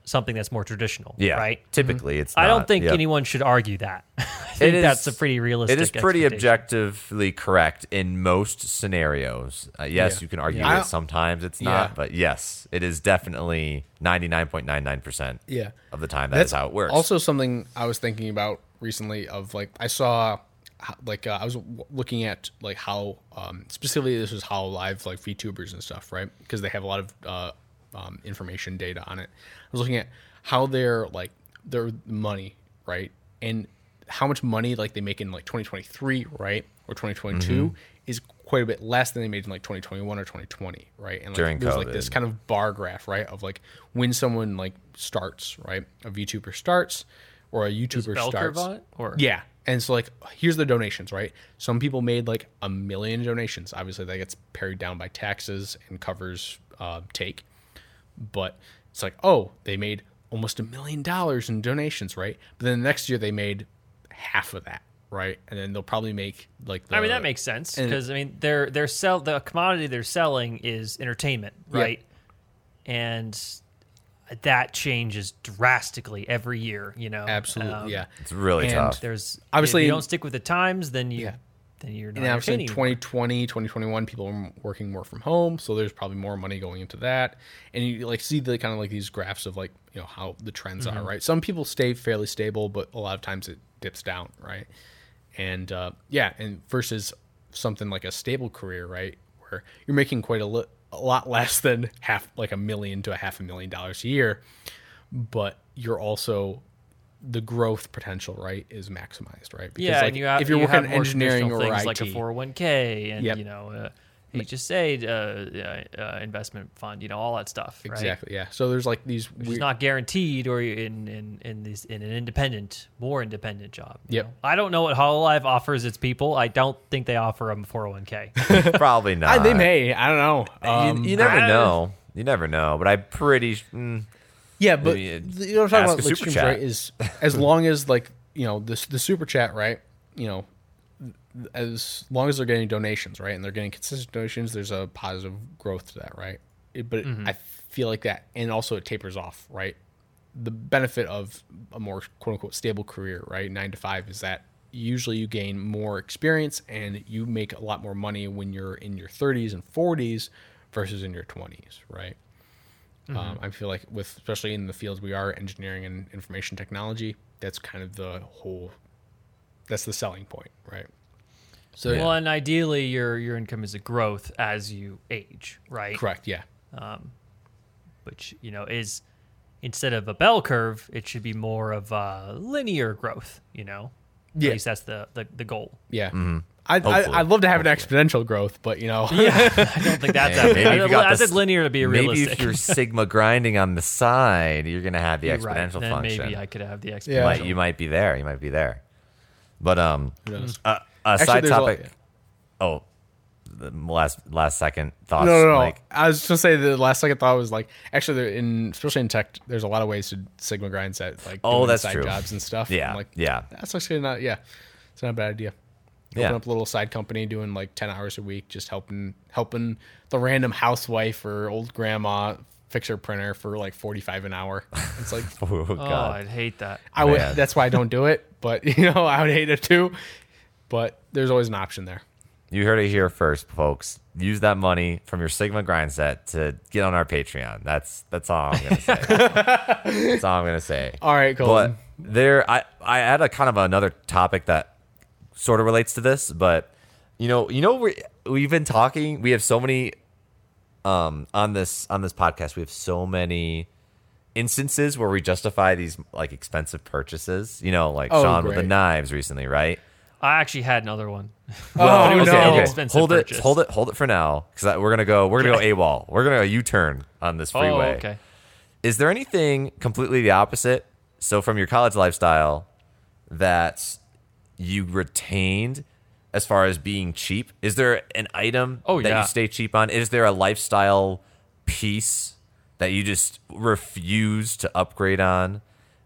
something that's more traditional, [laughs] Yeah. right? mm-hmm. Typically, it's I not. don't think Yeah. anyone should argue that. [laughs] I think that's a pretty realistic. It is pretty expectation. objectively correct in most scenarios. Uh, yes, Yeah. you can argue Yeah. I that don't- sometimes it's Yeah. not, but yes, it is definitely ninety nine point nine nine percent yeah. of the time that's how it works. Also, something I was thinking about recently of like I saw, ho- like uh, I was w- looking at like how um, specifically this was how live like VTubers and stuff, right? Because they have a lot of uh, um, information data on it. I was looking at how their like their money, right, and how much money like they make in like 2023, right, or 2022 Mm-hmm. is quite a bit less than they made in like 2021 or 2020, right? And like, During there's like this COVID. kind of bar graph, right? Of like when someone like starts, right? A VTuber starts or a YouTuber bell curve starts. on it, or Yeah. And so like here's the donations, right? Some people made like a million donations. Obviously that gets pared down by taxes and covers uh, take. But it's like, oh, they made almost a million dollars in donations, right? But then the next year they made half of that, right? And then they'll probably make like the, I Uh, mean that makes sense and- because I mean they're they're sell the commodity they're selling is entertainment, Yeah. right? And that changes drastically every year. You know, absolutely Um, yeah. it's really and tough. There's obviously Obviously- if you don't stick with the times, then you Yeah. then you're not and obviously in entertaining. 2020 2021 people are m- working more from home so there's probably more money going into that and you like see the kind of like these graphs of like you know how the trends Mm-hmm. are right some people stay fairly stable but a lot of times it dips down right and uh, yeah and versus something like a stable career right where you're making quite a, li- a lot less than half like a million to a half a million dollars a year but you're also the growth potential right is maximized right because yeah, like and you have, if you're you working have in more engineering traditional or things IT, like a 401k and Yep. you know uh, HSA uh, uh, investment fund, you know all that stuff. Right? Exactly. Yeah. So there's like these which weird. is not guaranteed or in in in this in an independent more independent job you Yep. know? i don't know what hololive offers its people i don't think they offer them [laughs] 401k Probably not. [laughs] I, they may. I don't know. Um, you, you never I- know. You never know. But I'm pretty. mm, Yeah, but Maybe it- the- you know what I'm talking ask about a like super streams, chat. right? Is [laughs] as long as like you know the the super chat, right? You know, th- as long as they're getting donations, right, and they're getting consistent donations, there's a positive growth to that, right? It, but I feel like that, and also it tapers off, right? The benefit of a more quote unquote stable career, right, nine to five, is that usually you gain more experience and you make a lot more money when you're in your 30s and 40s versus in your 20s, right? Mm-hmm. Um, I feel like with especially in the fields we are, engineering and information technology, that's kind of the whole. That's the selling point, right? So Well, and ideally, your your income is a growth as you age, right? correct, yeah, Which you know is instead of a bell curve, it should be more of a linear growth. You know, Yeah. at least that's the the, the [laughs] goal. yeah. I'd, Mm-hmm. Hopefully. I, I'd love to have an exponential growth, but you know, [laughs] [laughs] I don't think that's [laughs] Yeah, maybe happening. if I, you got I the said s- linear to be Maybe realistic. if you're sigma grinding on the side, you're gonna have the You're [laughs] right, exponential then function. maybe I could have the Yeah. exponential. might, you might be there. You might be there. But um, knows? a, a Actually, side there's a lot- topic. oh, the last last second thoughts. no, no, no. Mike? I was just gonna say the last second thought was like, actually, there in especially in tech, there's a lot of ways to signal grinds at like Oh, doing that's side true. jobs and stuff. Yeah, I'm like yeah. that's actually not yeah, it's not a bad idea. Yeah. Open up a little side company, doing like ten hours a week, just helping helping the random housewife or old grandma fix her printer for like forty five an hour. [laughs] It's like [laughs] Oh Oh, god. I'd hate that. I would. Man. That's why I don't do it. But [laughs] you know, I would hate it too. But there's always an option there. You heard it here first, folks. Use that money from your Sigma grind set to get on our Patreon. That's that's all I'm gonna [laughs] say. that's all I'm gonna say. All right, but Colton. there I, I had a kind of another topic that sort of relates to this but you know you know we, we've been talking we have so many um on this on this podcast we have so many instances where we justify these like expensive purchases you know like Oh, sean with the great. knives recently right I actually had another one. Well, it was no. an inexpensive hold it, purchase. hold it, hold it for now, because we're gonna go, we're gonna go AWOL, we're gonna go U-turn on this freeway Oh, okay. is there anything completely the opposite so from your college lifestyle that you retained as far as being cheap is there an item Oh, that yeah. you stay cheap on is there a lifestyle piece that you just refuse to upgrade on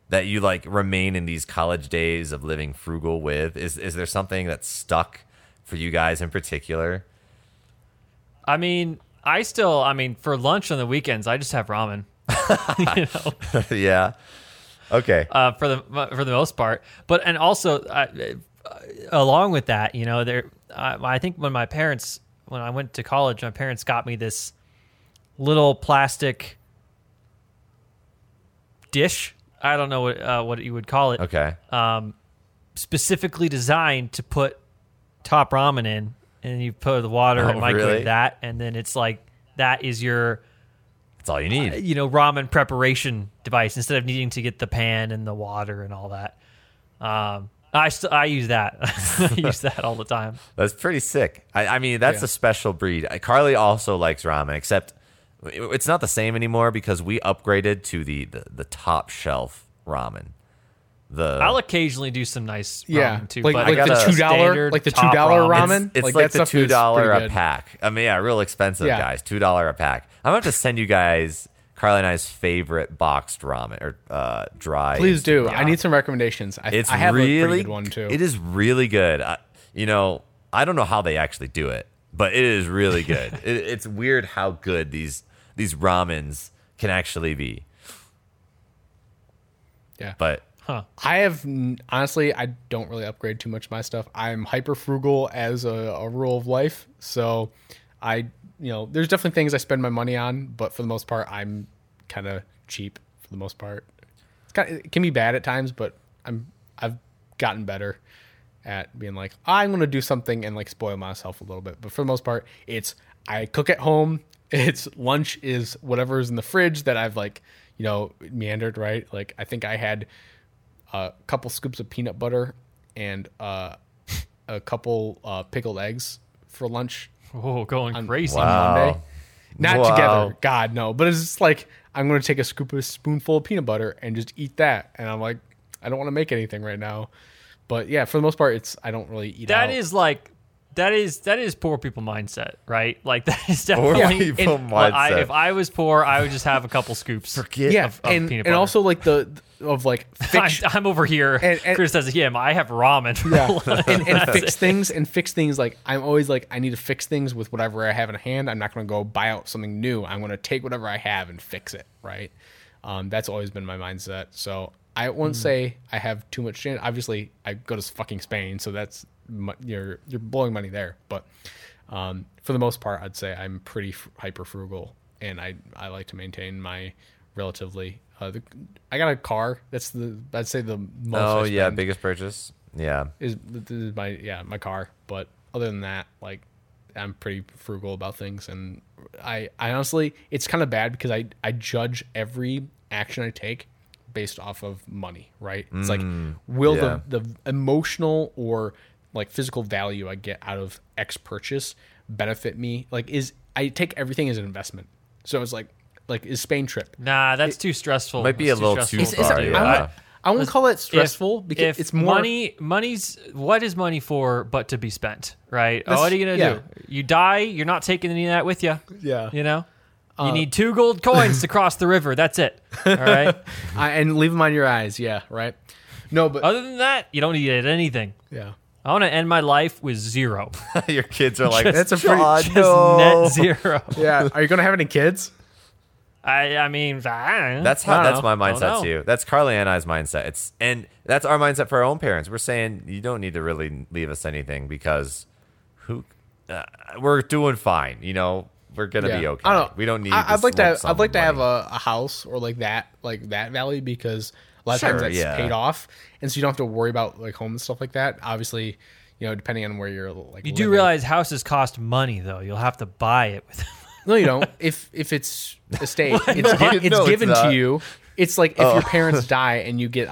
that you like remain in these college days of living frugal with is is there something that's stuck for you guys in particular [laughs] I mean, I still, I mean, for lunch on the weekends, I just have ramen. you know, yeah okay uh, for the for the most part. But and also, I, uh, along with that, you know, there, I, I think when my parents, when I went to college, my parents got me this little plastic dish. I don't know what uh, what you would call it. okay uh, specifically designed to put top ramen in, and you put the water Oh, and microwave really? that, and then it's like that is your that's all you need you know ramen preparation device instead of needing to get the pan and the water and all that. Um, I st- I use that. [laughs] I use that all the time. That's pretty sick. I, I mean, that's Yeah. a special breed. Uh, Carly also likes ramen, except it- it's not the same anymore because we upgraded to the the, the top shelf ramen. The I'll occasionally do some nice ramen Yeah, too, like- but like I got the a $2 standard like the top $2 it's, ramen? it's Like, like, that the stuff is two dollar pretty a good. pack. I mean, yeah, real expensive Yeah. guys. Two dollar a pack. I'm gonna have to send you guys Carly and I's favorite boxed ramen or uh, dry. Please instant do. I need some recommendations. I, It's I have really a pretty good one too. It is really good. I, you know, I don't know how they actually do it, but it is really good. [laughs] it, it's weird how good these these ramens can actually be. yeah. But I have n- honestly, I don't really upgrade too much of my stuff. I'm hyper frugal as a, a rule of life, so I, you know, there's definitely things I spend my money on, but for the most part, I'm kind of cheap for the most part. It's kind it can be bad at times, but I'm I've gotten better at being like I'm gonna do something and like spoil myself a little bit. But for the most part, it's I cook at home. [laughs] It's lunch is whatever is in the fridge that I've like you know meandered right. Like I think I had a couple scoops of peanut butter and uh, [laughs] a couple uh, pickled eggs for lunch Oh, going crazy. Wow. on Oh. Monday. Not together. Wow. God, no. But it's just like, I'm going to take a scoop of spoonful of peanut butter and just eat that. And I'm like, I don't want to make anything right now. But yeah, for the most part, it's I don't really eat That out. is like that is that is poor people mindset, right? Like [laughs] that is Poor definitely people in- well, I- mindset. if I was poor, I would just have a couple scoops. Forget yeah, of- of and, peanut and butter. also like the [laughs] of like I'm, fix, I'm over here And- and- criticizing him. I have ramen. for [laughs] [laughs] yeah, lunch. and, and fix things and fix things. Like I'm always like I need to fix things with whatever I have in hand. I'm not going to go buy out something new. I'm going to take whatever I have and fix it. Right. Um, that's always been my mindset. So I won't Mm. say I have too much. Shit. Obviously, I go to fucking Spain, so that's mu- you're you're blowing money there. But um, for the most part, I'd say I'm pretty f- hyper frugal, and I I like to maintain my relatively. Uh, the, I got a car. That's the I'd say the most. I Oh yeah, spend biggest purchase. Yeah. [laughs] is this is my yeah my car but other than that like i'm pretty frugal about things and i i honestly it's kind of bad because i i judge every action i take based off of money right it's like will Mm, yeah. the the emotional or like physical value i get out of x purchase benefit me like is i take everything as an investment so it's like like is spain trip nah, that's too stressful. Might be That's a little stressful. too It's- it's- far, I, yeah. won't- I won't call it stressful If- because if it's more money. Money's what is money for? But to be spent, right? Oh, That's- what are you gonna yeah. do? You die. You're not taking any of that with you. Yeah. Uh, you know. you need two gold coins [laughs] to cross the river. That's it. All right. I, and leave them on your eyes yeah right no but Other than that, you don't need anything. yeah I want to end my life with [laughs] zero, [laughs] Your kids are like, That's a pretty- "John, [laughs] just no." net zero. Yeah. Are you gonna have any kids? I, I mean, I don't That's how. know. That's my Don't know. mindset too. That's Carly and I's mindset. It's and that's our mindset for our own parents. We're saying you don't need to really leave us anything because who uh, we're doing fine. You know, we're gonna be okay. I don't know. We don't need. I, I'd this like to. lump Have, sum I'd like of to have money. a, a house or like that, like that value, because a lot of times Sure, that's yeah. paid off, and so you don't have to worry about like home and stuff like that. Obviously, you know, depending on where you're like. You do realize houses cost money, though. You'll have to buy it with. [laughs] No, you don't. if if it's estate, [laughs] it's, No, gi- it's no, it's given not. Oh. to you. It's like if [laughs] your parents die and you get a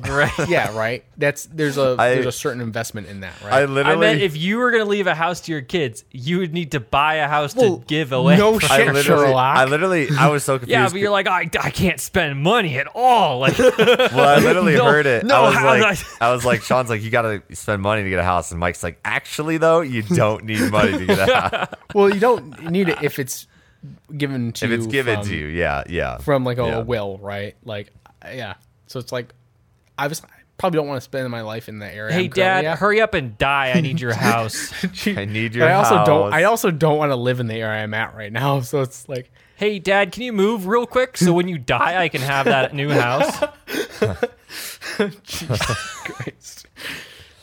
Oh, great. yeah, right. That's there's a I- there's a certain investment in that, I right? I literally. meant if you were going to leave a house to your kids, you would need to buy a house Well, to give [laughs] away. [laughs] no from- I shit, literally, Sherlock. I literally, I was so confused. [laughs] yeah, but you're like, I, I can't spend money at all. [laughs] Like, well, I [laughs] literally No, heard it. no, I was how like, did I was like, Sean's like, you gotta spend money to get a house, and Mike's like, actually [laughs] though, you don't need money to get a house well, you don't need it if it's given to if it's you given from- to you. Yeah, yeah. from like a, Yeah. a will, right? Like, uh, yeah. So it's like, I was I probably don't want to spend my life in that area. hey, I'm currently Dad, at. [laughs] hurry up and die. I [laughs] need your house. I need But your. I also don't. house. I also don't want to live in the area I'm at right now. [laughs] So it's like, hey, Dad, can you move real quick so when you die, I can have that new [laughs] house? Jesus Christ.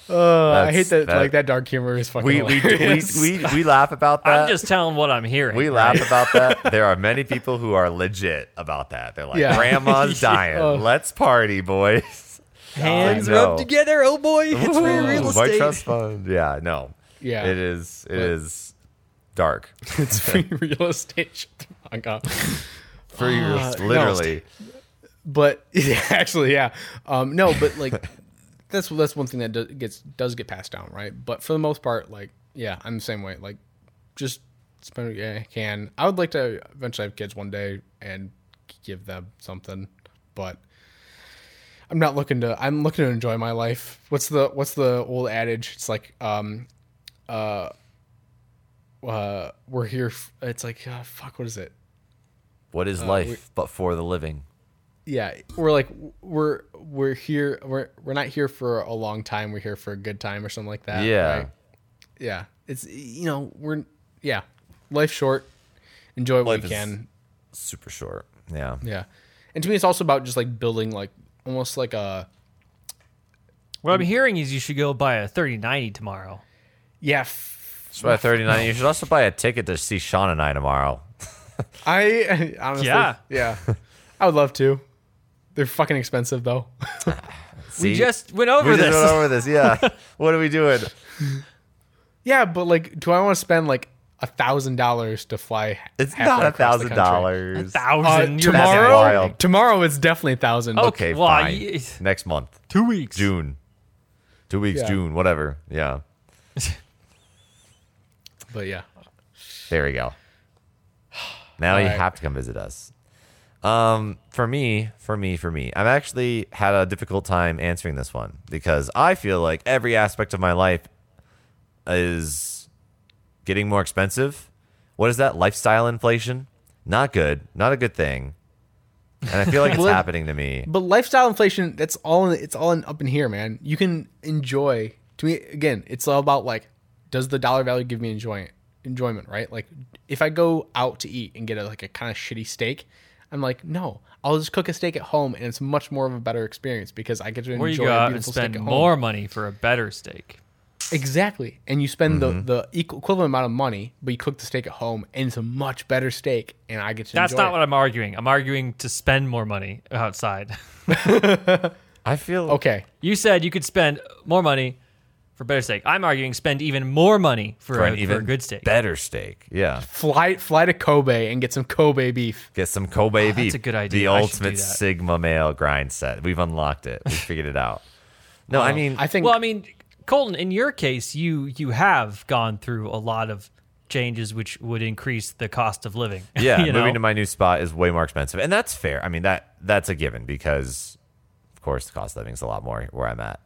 Uh, I hate That's- that, that- Like that dark humor is fucking. we we, we hilarious. we we laugh about that. I'm just telling what I'm hearing. we laugh about [laughs] that. There are many people who are legit about that. They're like, Yeah. [laughs] "Grandma's dying. Oh. Let's party, [laughs] boys." Hands I know. rubbed together. Oh boy, it's for Ooh, real My estate. trust fund. Yeah, no. Yeah. it is. It is dark [laughs] [laughs] [laughs] it's free real estate. Shut the fuck up. for Uh, your literally. but [laughs] actually, yeah, um, no, but like that's that's one thing that do, gets does get passed down, right? But for the most part, like yeah, I'm the same way. Like just spend what you can. I would like to eventually have kids one day and give them something, but I'm not looking to. I'm looking to enjoy my life. What's the What's the old adage? It's like, um, uh, uh, we're here. f- It's like, uh, fuck, what is it? What Uh, is life but for the living? yeah we're like we're we're here we're we're not here for a long time we're here for a good time or something like that Yeah. right? yeah it's you know we're yeah life's short enjoy what Life you is- can Super short. Yeah. yeah and to me it's also about just like building like almost like a What I'm hearing is you should go buy a 3090 tomorw. yeah f- That's why 39. You should also buy a ticket to see Sean and I tomorrow. i [laughs] honestly Yeah. yeah i would love to they're fucking expensive though [laughs] See? We just went over we just this. went over this. [laughs] Yeah. what are we doing? yeah but like do i want to spend like a thousand dollars to fly It's halfway not a across the thousand country? [laughs] dollars. Uh, Thousand. You're That's tomorrow, wild. tomorrow it's definitely a thousand. Oh, Okay, Well, fine. y- Next month, two weeks. June, two weeks, Yeah. June, whatever. Yeah, but yeah, there we go. Now you right. have to come visit us. Um, for me, for me, for me, I've actually had a difficult time answering this one because I feel like every aspect of my life is getting more expensive. What is that? Lifestyle inflation? Not good. Not a good thing. And I feel like it's Well, happening to me. But lifestyle inflation, that's all. In, it's all in, up in here, man. You can enjoy. To me, again, it's all about like, does the dollar value give me enjoy, enjoyment? Right? Like, if I go out to eat and get a, like a kind of shitty steak, I'm like, no, I'll just cook a steak at home, and it's much more of a better experience because I get to Or you enjoy go a out and beautiful steak spend at home. more money for a better steak. Exactly, and you spend the the equal, equivalent amount of money, but you cook the steak at home, and it's a much better steak, and I get to. That's enjoy not it. what I'm arguing. I'm arguing to spend more money outside. [laughs] I feel Okay, You said you could spend more money for better steak. I'm arguing spend even more money for, for a, an even for a good steak. better steak. Yeah. fly fly to Kobe and get some Kobe beef. Get some Kobe beef. Oh, that's a good idea. The I should do ultimate that. Sigma male grind set. We've unlocked it. We figured [laughs] it out. No, I mean, I think. well, I mean, Colton, in your case, you you have gone through a lot of changes which would increase the cost of living. [laughs] [laughs] yeah, you know? moving to my new spot is way more expensive, and that's fair. I mean that that's a given because, of course, the cost of living is a lot more where I'm at.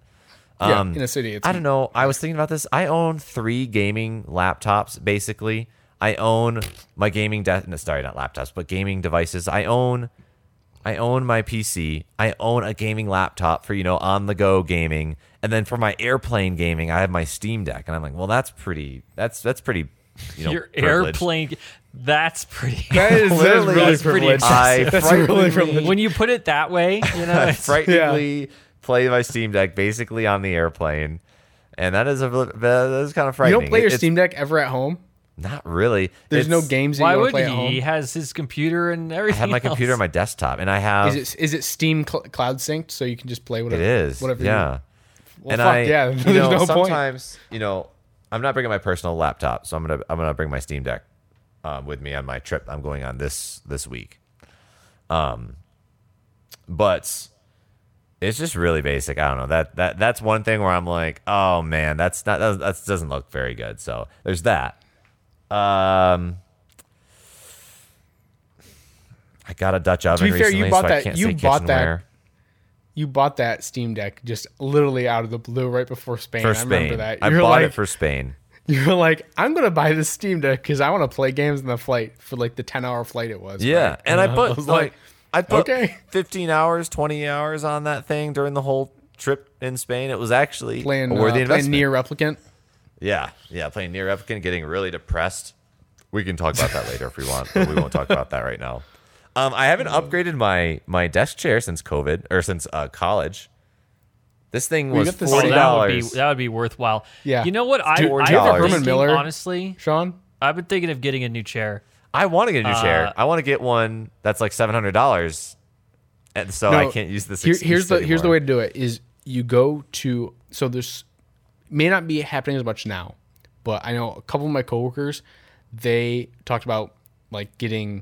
Um, yeah, in a city, it's I don't know. I was thinking about this. I own three gaming laptops, basically. I own my gaming de- no, sorry, not laptops, but gaming devices. I own I own my PC. I own a gaming laptop for, you know, on the go gaming. And then for my airplane gaming, I have my Steam Deck. And I'm like, well, that's pretty that's that's pretty you [laughs] know, your privileged. airplane. That's [laughs] pretty. That is, that is Literally, really that's pretty privileged. I That's really [laughs] privileged. when you put it that way, you [laughs] know, I it's- frighteningly play my Steam Deck basically on the airplane. And that is a that is kind of You frightening. don't play your It's Steam Deck ever at home. Not really. There's no It's- games that why you want to would play at he? He home. has his computer and I everything. have my else. computer on my desktop, and I have Is it is it Steam cl- cloud synced so you can just play it whatever? is Whatever. you- yeah. well, and fuck, I yeah. [laughs] you There's know, no point. sometimes you know I'm not bringing my personal laptop, so I'm gonna I'm gonna bring my Steam Deck um, with me on my trip I'm going on this this week. Um, but it's just really basic. I don't know that that that's one thing where I'm like, oh man, that's not that, that doesn't look very good. So there's that. Um. I got a Dutch oven be fair, you recently, bought so I that- can't you say bought that kitchenware. You bought that Steam Deck just literally out of the blue right before Spain. for I Spain. I, remember that. You're bought like, it for Spain. [laughs] you're like, I'm gonna buy this Steam Deck because I want to play games in the flight for like the 10 hour flight it was. Yeah, right? and I put was like, like, I put okay. 15 hours, 20 hours on that thing during the whole trip in Spain. It was actually playing a worthy uh, playing investment. near replicant. yeah, yeah, playing near replicant, getting really depressed. We can talk about that later if we want, but we won't talk about that right now. Um, I haven't upgraded my my desk chair since COVID or since uh, college. This thing We was got the Oh, forty same- that would be dollars. that would be worthwhile. Yeah. You know what? I, Dude, I do you have a was Herman thinking, Miller? Honestly, Sean, I've been thinking of getting a new chair. I want to get a new Uh, chair. I want to get one that's like seven hundred dollars, and so I No, can't use this. Here- excuse here's the here's the anymore. way to do it is you go to so there's may not be happening as much now, but I know a couple of my coworkers they talked about like getting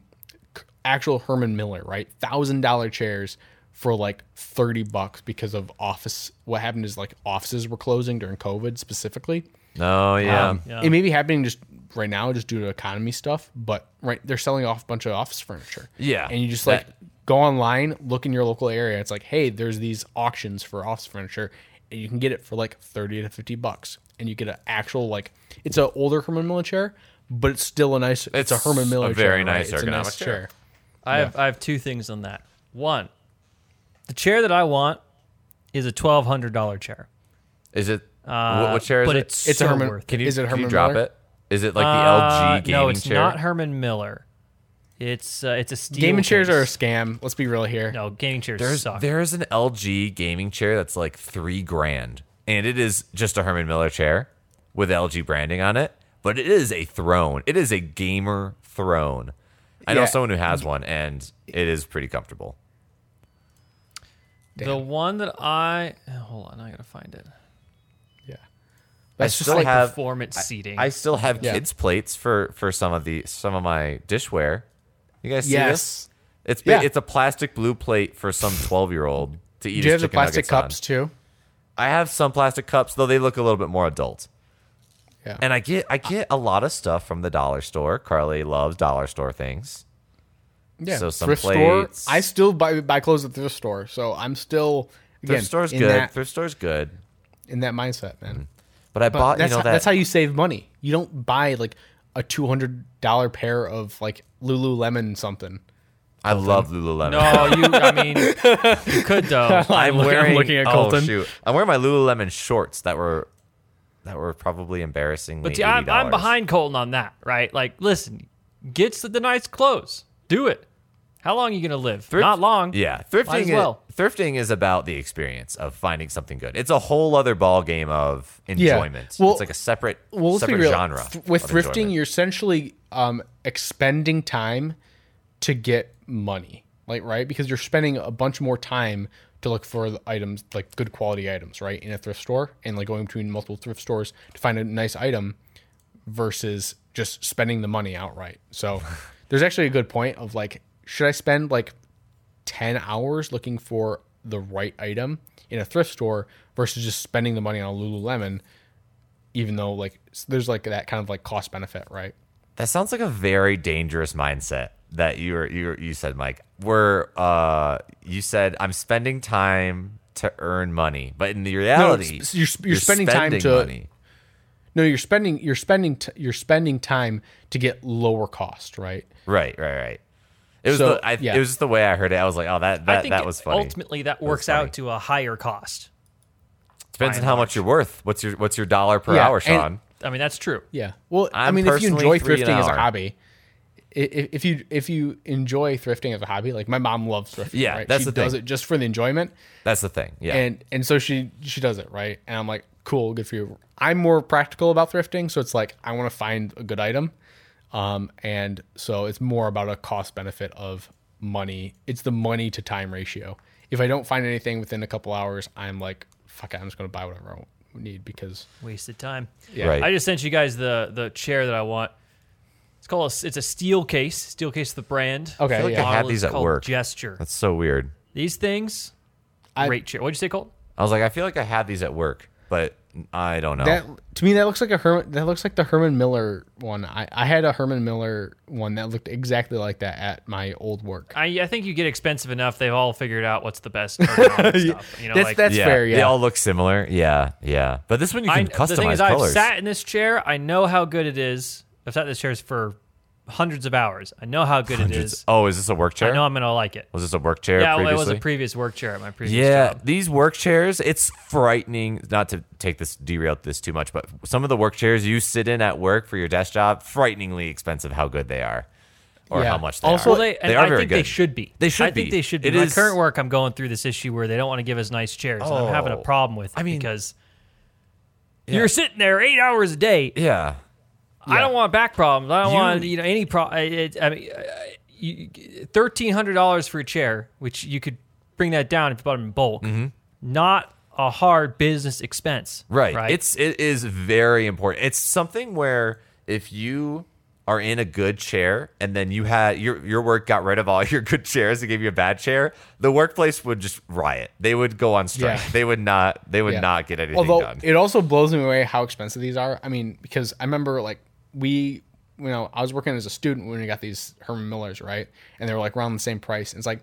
c- actual Herman Miller right thousand dollar chairs for like 30 bucks because of office what happened is like offices were closing during covid specifically No, Oh, yeah. um, Yeah. it may be happening just right now just due to economy stuff but right they're selling off a bunch of office furniture Yeah, and you just that- like go online look in your local area it's like hey there's these auctions for office furniture and you can get it for like 30 to 50 bucks and you get an actual like it's an older herman miller chair but it's still a nice it's, a It's herman a miller chair, very right? nice it's a nice ergonomic chair. chair I have I have two things on that. One, the chair that I want is a twelve hundred dollar chair. Is it Uh, what, what chair is but it? It's, It's a so Herman- worth can you is it can you Herman drop Miller? it? Is it like the Uh, LG gaming no, it's chair? not Herman Miller. It's uh, it's a steel gaming chairs case. are a scam let's be real here no gaming chairs There's suck. there's an LG gaming chair that's like three grand, and it is just a Herman Miller chair with LG branding on it, but it is a throne. It is a gamer throne. I know Yeah. someone who has one, and it is pretty comfortable. the one that I oh, hold on, I gotta find it. yeah I that's just still like have Performance seating. Uh, I still have Yeah. kids plates for for some of the some of my dishware. You guys see this? yes It's Yeah. it's a plastic blue plate for some twelve year old to eat. do you have his the chicken plastic nuggets on. cups too I have some plastic cups, though they look a little bit more adult. Yeah. And I get I get a lot of stuff from the dollar store. Carly loves dollar store things. Yeah, So some thrift plates- store. I still buy buy clothes at thrift store, so I'm still again Thrift store's in good. that Thrift store's good. in that mindset, man. But I But bought, you that's know, how, that. that's how you save money. You don't buy like a two hundred dollar pair of like Lululemon something. I love Lululemon. No, you. I mean, you [laughs] could though. I'm looking- I'm wearing. looking at Oh Colton. shoot! I'm wearing my Lululemon shorts that were, that were probably embarrassingly. But see, I'm, I'm $80. behind Colton on that, right? Like, listen, get s- the nice clothes. Do it. How long are you gonna live? Not long. Yeah, Might thrifting. as Is, well. thrifting is about the experience of finding something good. It's a whole other ball game of enjoyment. Well- it's like a separate, Well, let's separate be real. genre. Th- with of thrifting, enjoyment. you're essentially um, expending time to get money, like right? Because you're spending a bunch more time to look for the items, like good quality items, right, in a thrift store, and like going between multiple thrift stores to find a nice item, versus just spending the money outright. [laughs] So, there's actually a good point of like, should I spend like 10 hours looking for the right item in a thrift store versus just spending the money on Lululemon, even though like s- there's like that kind of like cost benefit, right? That sounds like a very dangerous mindset that you were, you were, you said, Mike. Where uh, you said I'm spending time to earn money, but in the reality, s- you're sp- you're spending time to- No, you're spending you're spending t- you're spending time to get lower cost, right? Right, right, right. It was So, the I, yeah. it was just the way I heard it. I was like, oh, that I that, think that was funny. ultimately that works funny. out to a higher cost. Depends on and how much you're worth. What's your what's your dollar per Yeah, hour, and- Sean? I mean, that's true. Yeah. Well, i I'm mean, if you personally enjoy three an thrifting as a hour. hobby, i- i- if you if you enjoy thrifting as a hobby, like my mom loves thrifting. Yeah, right? that's the she does thing. it just for the enjoyment. That's the thing. Yeah. and and so she she does it right and i'm like cool good for you i'm more practical about thrifting so it's like i want to find a good item um and so it's more about a cost benefit of money it's the money to time ratio if i don't find anything within a couple hours i'm like fuck it, i'm just gonna buy whatever i need because Wasted time. Right. I just sent you guys the the chair that I want. It's called. A, it's a steel case. Steel case, is the brand. Okay, I feel The like I had model is these at called work. Gesture. That's so weird. These things. I- great chair. What'd you say, Colton? I was like, I feel like I had these at work, but I don't know. that to me that looks like a herman that looks like the herman miller one i i had a herman miller one that looked exactly like that at my old work I, I think you get expensive enough. They've all figured out what's the best. ergonomic stuff. You know, that's like, that's fair They yeah all look similar. Yeah, yeah. But this one you I, can the customize thing is, I've colors. sat in this chair. I know how good it is. I've sat in this chair for hundreds of hours. I know how good it is. oh, is this a work chair? I know I'm gonna like it. Was this a work chair Yeah, well, previously? it was a previous work chair at my previous yeah, job. these work chairs, it's frightening not to take this derail this too much, but some of the work chairs you sit in at work for your desk job, frighteningly expensive how good they are or Yeah. how much they Also, are. Well, they, and are I very think good. they should be. They should I think be. they should be. It my is- current work, I'm going through this issue where they don't want to give us nice chairs. and I'm having a Oh. problem with it I mean- because Yeah. you're sitting there eight hours a day. Yeah. I don't want back problems. I don't You- want you know any problem. It, I mean, uh, thirteen hundred dollars for a chair, which you could bring that down if you bought them in bulk. Mm-hmm. Not a hard business expense, Right. Right. It's it is very important. It's something where if you are in a good chair and then you had your your work got rid of all [laughs] your good chairs and gave you a bad chair, the workplace would just riot. They would go on strike. Yeah. They would not they would Yeah. not get anything Although done. it also blows me away how expensive these are. I mean, because I remember like we, you know, I was working as a student when we got these Herman Millers, right? And they were like around the same price. And it's like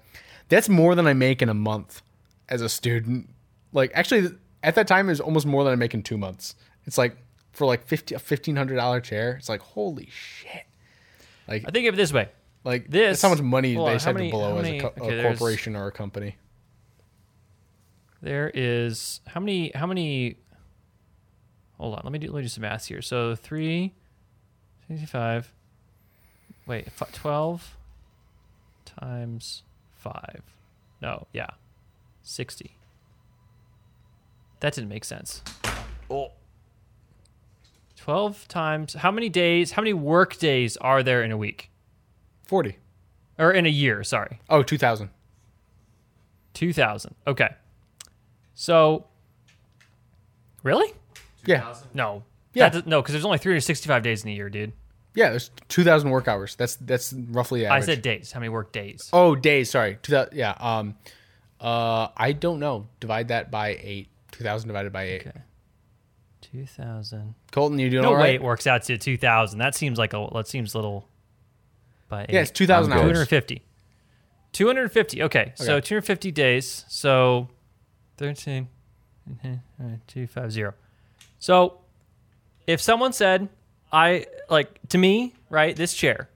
that's more than I make in a month as a student. Like actually, at that time, it was almost more than I make in two months. It's like for like fifty a fifteen hundred dollar chair. It's like holy shit. I think of it this way: Like This- this, that's how much money hold on, they how said many- to blow how as many- a, co- okay, a there's- corporation or a company. there is how many? How many? Hold on. Let me do. Let me do some math here. So three, sixty-five. Wait, f- twelve times five. No, yeah, sixty. That didn't make sense. Oh. 12 times how many days how many work days are there in a week Forty. or in a year sorry Oh, 2000. 2000 okay so really Yeah. no Yeah. That does- no because there's only 365 days in a year dude Yeah, there's 2000 work hours. That's that's roughly the i average. said days how many work days Oh, days. Sorry. Two thousand. Yeah. Um. Uh. I don't know. Divide that by eight. Two thousand divided by eight. 2000 Colton, you doing no all way right? it works out to 2000 that seems like a that seems little by Yeah, eight. it's two thousand I'm good. hours. 250. 250. Okay. So Okay. 250 days. So 13, mhm, all right, 250. So if someone said, I like to me, right, this chair.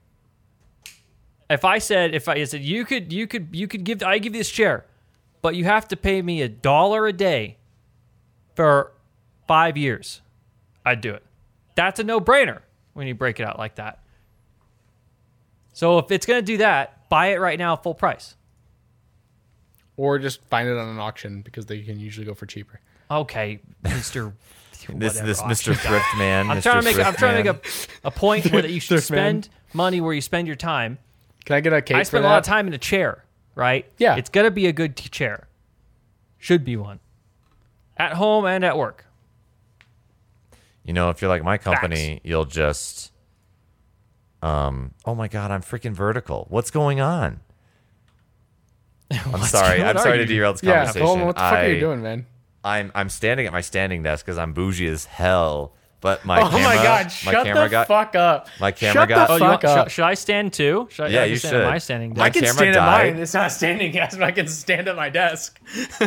If I said, if I said you could, you could, you could give, I give you this chair, but you have to pay me a dollar a day for five years, I'd do it. That's a no-brainer when you break it out like that. So if it's gonna do that, buy it right now, full price. or just find it on an auction because they can usually go for cheaper. Okay, Mister. [laughs] This this Mr. Thrift man. I'm Mr. trying to make Thrift I'm trying to man. make a, a point where that [laughs] you should Thrift man. spend money where you spend your time. Can I get a cake? I for spend a lot of that? time in a chair, right? Yeah. It's gonna be a good t- chair. Should be one. At home and at work. You know, if you're like my company, you'll just um oh my god, I'm freaking vertical. What's [laughs] going on? I'm sorry. going I'm on? sorry Are to you- derail this Yeah, conversation. Paul, what the fuck I, are you doing, man? I'm I'm standing at my standing desk because I'm bougie as hell. But my Oh camera, my god, my shut camera the got fuck up. my camera shut got- the Oh, Oh, you fuck want- up. should, should I stand too? Should I, Yeah, I you stand at should. my standing My [laughs] I desk? can camera stand died. at mine. It's not a standing desk, but I can stand at my desk.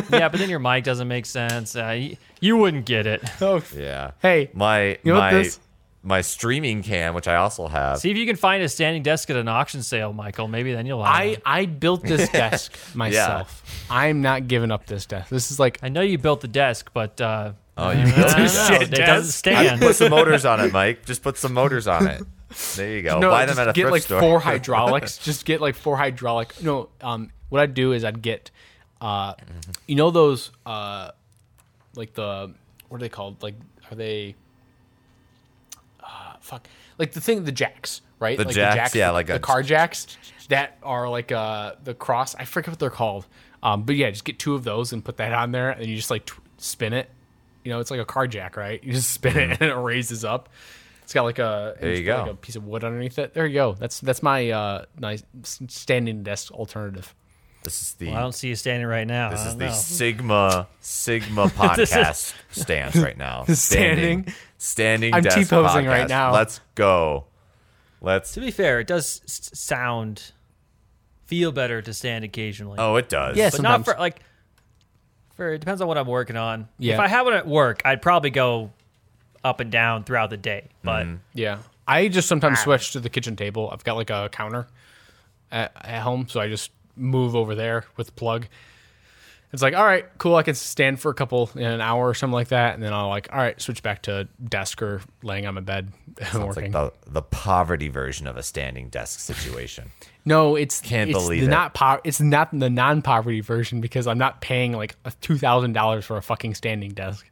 yeah, but then your mic doesn't make sense. Uh, you, you wouldn't get it. [laughs] Oh, Yeah. Hey, my you know what my this- my streaming cam, which I also have. [laughs] See if you can find a standing desk at an auction sale, Michael. Maybe then you'll. have I one. I built this [laughs] desk myself. I'm not giving up this desk. This is like I know you built the desk, but uh, oh, I you don't built know. shit it desk. doesn't I stand. [laughs] put some motors on it, Mike. Just put some motors on it. There you go. no, Buy just them at a get thrift like store. [laughs] four hydraulics. just get like four hydraulic. No, um, what I'd do is I'd get, uh, you know those uh, like the what are they called? Like are they? Uh, fuck, like the thing, the jacks, right? The like jacks, yeah, the- like the a- car jacks that are like uh the cross. I forget what they're called. Um, but yeah, just get two of those and put that on there, and you just like tw- spin it. You know, it's like a car jack, right? You just [laughs] spin it and it raises up. It's got like a Mm-hmm. There just you put, go. Like a piece of wood underneath it. There you go. That's that's my uh my s- standing desk alternative. This is the I don't see you standing right now. This I is don't the know. Sigma Sigma [laughs] This is- podcast stance right now. [laughs] Standing. standing. I'm desk T-posing right podcast. now. Let's go. Let's. To be fair, it does s- sound feel better to stand occasionally. Oh, it does. Yes. but not sometimes. for like for it depends on what I'm working on. Yeah. If I have it at work, I'd probably go up and down throughout the day. But Mm-hmm. Yeah, I just sometimes Ah. switch to the kitchen table. I've got like a counter at, at home, so I just move over there with the plug. It's like, all right, cool. I can stand for a couple in an hour or something like that, and then I'll like, all right, switch back to desk or laying on my bed [laughs] and It's like working. the the poverty version of a standing desk situation. [laughs] no, it's Can't it's believe the it. not po- it's not the non poverty version because I'm not paying like a two thousand dollars for a fucking standing desk.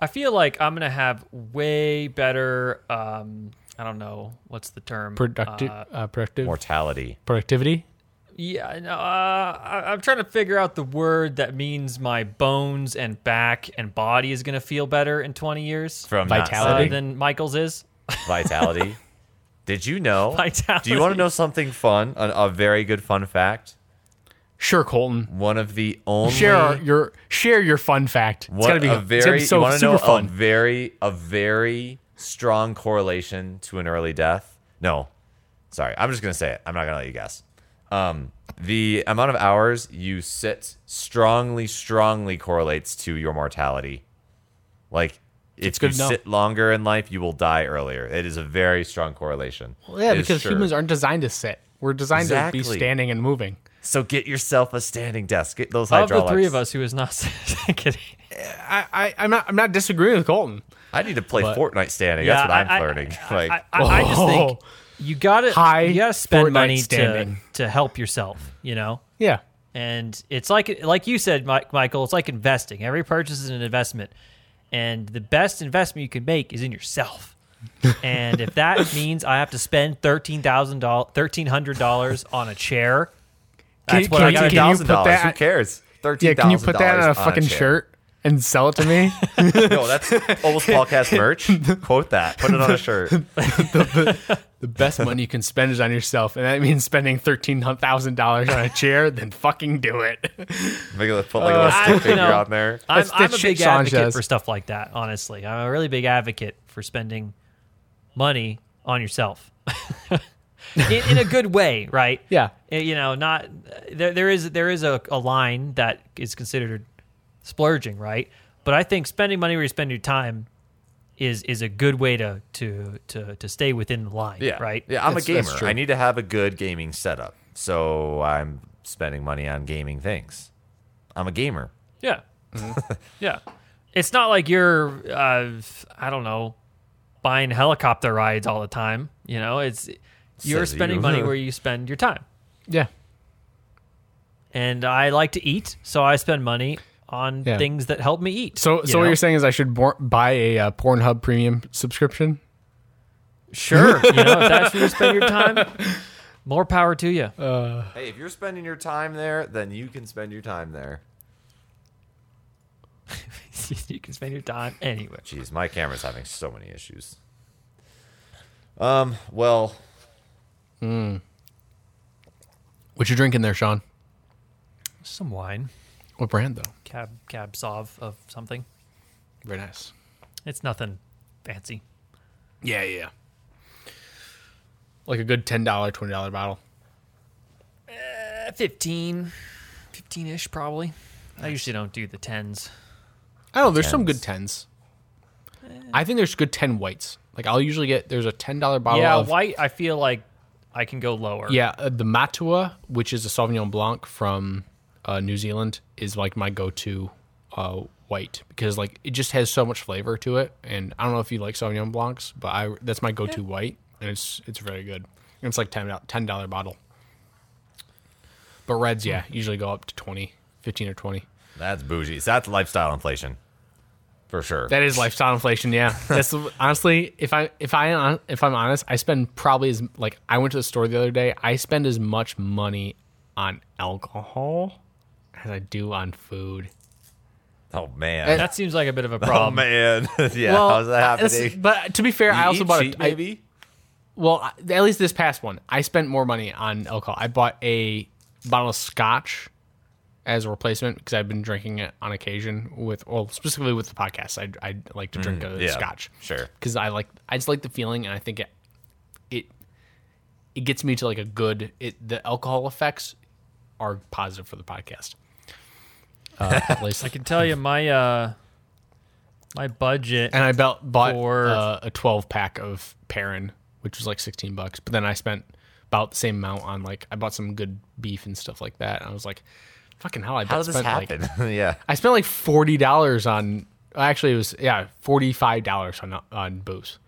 I feel like I'm gonna have way better. Um, I don't know what's the term. Productive, Uh, uh, productive, Mortality. productivity. yeah, no, uh, I, I'm trying to figure out the word that means my bones and back and body is gonna feel better in 20 years from uh, Vitality. vitality. than Michael's is. vitality. Did you [laughs] know? Vitality. Do you want to know something fun? A, a very good fun fact. Sure, Colton. One of the only share our- your share your fun fact. It's one, gotta be a it's gotta very be so you want to super know a fun. very a very strong correlation to an early death. No, sorry, I'm just gonna say it. I'm not gonna let you guess. Um, the amount of hours you sit strongly, strongly correlates to your mortality. Like, if good you to know. sit longer in life, you will die earlier. It is a very strong correlation. yeah, It is because sure. humans aren't designed to sit. We're designed to be Exactly. standing and moving. So get yourself a standing desk. Get those Of hydraulics. the three of us, who is not [laughs] kidding. I, I I'm not I'm not disagreeing with Colton. I need to play But- Fortnite standing. That's what I- I'm I- flirting. I, like, I, I- I just [laughs] think Oh. you gotta High you gotta spend Fortnite money standing. to to help yourself. You know, Yeah. and it's like like you said, Mi- Michael. It's like investing. Every purchase is an investment, and the best investment you can make is in yourself. and if that means I have to spend thirteen thousand dollars, thirteen hundred dollars on a chair, that's what can I you- got. can to you thousand put dollars. that- Who cares? Thirteen. Yeah, can you put that on a fucking chair. shirt and sell it to me? No, that's almost [laughs] podcast merch. Quote that. Put it on a shirt. the best money you can spend is on yourself, and that means spending thirteen thousand dollars on a chair, then fucking do it. [laughs] Make it put Uh, like a little stick you figure know, on there. I'm, That's- I'm a that's big shit advocate Sanchez. for stuff like that. Honestly, I'm a really big advocate for spending money on yourself [laughs] in, in a good way, right? Yeah. Uh, You know, not there. There is there is a, a line that is considered splurging, right? But I think spending money where you spend your time is is a good way to to to to stay within the line. Yeah. Right. Yeah, I'm That's- a that's gamer. true. I need to have a good gaming setup. So I'm spending money on gaming things. I'm a gamer. Yeah. Mm-hmm. yeah. It's not like you're, uh, I don't know, buying helicopter rides all the time. You know, it's you're Says spending you. money where you spend your time. Yeah. And I like to eat, so I spend money on Yeah. things that help me eat. So, you so what know? you're saying is I should bor- buy a uh, Pornhub premium subscription? sure, you know, if that's where you spend your [laughs] time, more power to you. Uh. Hey, if you're spending your time there, then you can spend your time there. [laughs] you can spend your time anywhere. Jeez, my camera's having so many issues. Um, well, What you drinking there, Sean? Some wine, What brand though? cab cab sauv of something. Very nice. It's nothing fancy. Yeah, yeah. Like a good ten dollar, twenty dollar bottle. Uh, 15 15 ish probably i usually don't do the tens I don't know. There's some good tens. I think there's good ten whites. Like I'll usually get there's a ten dollar bottle. yeah Oh, of, white i feel like i can go lower Yeah, uh, the Matua, which is a Sauvignon Blanc from uh, New Zealand, is like my go-to uh, white because like it just has so much flavor to it. And I don't know if you like Sauvignon Blancs, but I that's my go-to white, and it's it's very good. And it's like ten ten dollar bottle. But reds, yeah, usually go up to 20, 15 or twenty. that's bougie. That's lifestyle inflation. For sure. That is lifestyle [laughs] inflation. Yeah, that's the- honestly, if I if I if I'm honest, I spend probably as like I went to the store the other day. I spend as much money on alcohol as I do on food. oh man. that seems like a bit of a oh Um, problem man. [laughs] yeah, how's that that's- happening? But to be fair, I also bought a, I- maybe. well, I- at least this past one, I spent more money on alcohol. I bought a bottle of scotch as a replacement because I've been drinking it on occasion with, well, specifically with the podcast. I I like to drink a Mm, yeah, scotch, sure. because I like I just like the feeling, and I think it it it gets me to like a good. It the alcohol effects are positive for the podcast. [laughs] Uh, at least, i can tell you my uh my budget and I bought, bought For- uh, a 12 pack of Perrin, which was like 16 bucks. But then I spent about the same amount on like I bought some good beef and stuff like that. And I was like, fucking hell! I How does this spent happen? [laughs] Like, yeah. I spent like forty dollars on. Actually, it was yeah, forty five dollars on on booze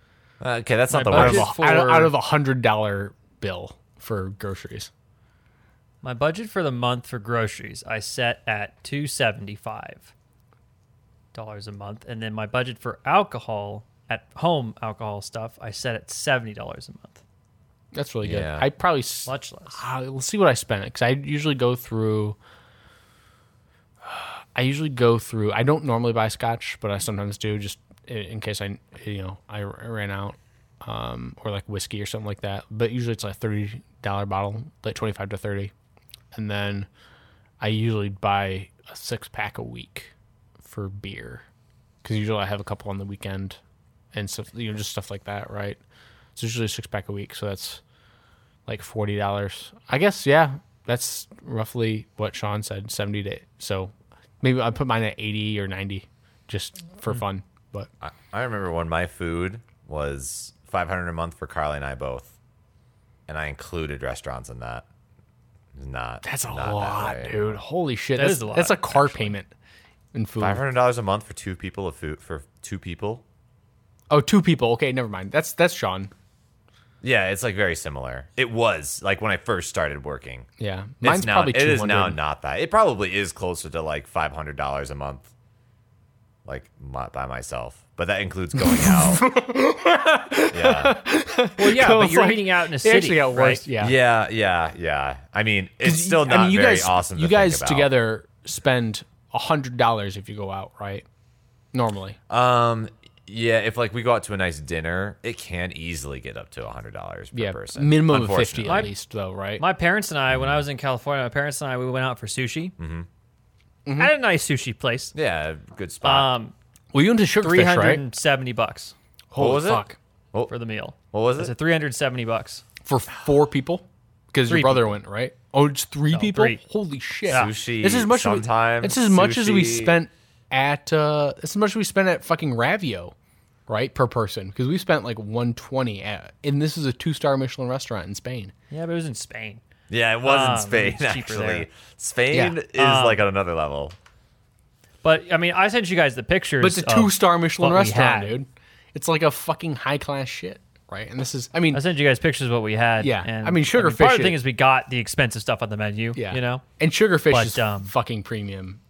okay, that's not the My out of, worst. budget- a, out of- for- out of a hundred dollar bill for groceries. my budget for the month for groceries i set at 275 dollars a month and then my budget for alcohol at home alcohol stuff i set at 70 dollars a month That's really good. Yeah. I probably s- much less Uh, let's see what I spent because I usually go through. I usually go through. I don't normally buy scotch, but I sometimes do just in, in case I you know I r- ran out, um, or like whiskey or something like that. But usually it's like thirty dollar bottle, like twenty five to thirty, and then I usually buy a six pack a week for beer because usually I have a couple on the weekend and stuff you know just stuff like that, right? It's usually a six pack a week, so that's like forty dollars. I guess yeah, that's roughly what Sean said, seventy to so maybe I put mine at eighty or ninety just for fun. But I, I remember when my food was 500 a month for Carly and I both, and I included restaurants in that. It's Not that's a not that lot, way. dude. Holy shit, That that's, is a lot, that's a car payment in food. Five hundred dollars a month for two people of food for two people. Oh, two people. Okay, never mind. That's that's Sean. Yeah, it's like very similar. It was like when I first started working. Yeah, It's mine's now, probably it is 200. now not that. It probably is closer to like five hundred dollars a month, like my, by myself. But that includes [laughs] going out. yeah, well yeah So but it's you're like- eating out in a it city actually got right? worse. Yeah, yeah, yeah, yeah. I mean, it's 'Cause you- still not you very guys, awesome. To You guys think about. together spend hundred dollars if you go out, right? Normally, Um, yeah, if like we go out to a nice dinner, it can easily get up to a hundred dollars per yeah, person. minimum of fifty unfortunately. at least, though, right? My parents and I, when I was in California, my parents and I, we went out for sushi Mm-hmm. at a nice sushi place. Yeah, good spot. Um, well, you went to Sugarfish, three hundred right? and seventy bucks Holy was it? fuck. for the meal. what was That's it? a three hundred seventy bucks. for four people because your Three brother went right. Oh, it's three people. three. Holy shit! Sushi, This is much. sometime, This is much as we sushi. spent at. uh This is much as we spent at fucking Ravio. right per person because we spent like 120 at, and this is a two star Michelin restaurant in Spain. Yeah, but it was in Spain. Yeah, it was Um, in Spain it's cheaper actually. there. Spain Yeah. um, is like on another level. But I mean, I sent you guys the pictures. But it's a of- two star Michelin what we restaurant, had. dude. It's like a fucking high class shit, right? And this is, I mean, I sent you guys pictures of what we had. Yeah. and, I mean, sugar Part fish of the thing is- is we got the expensive stuff on the menu. yeah, you know. and sugarfish But, is um, fucking premium.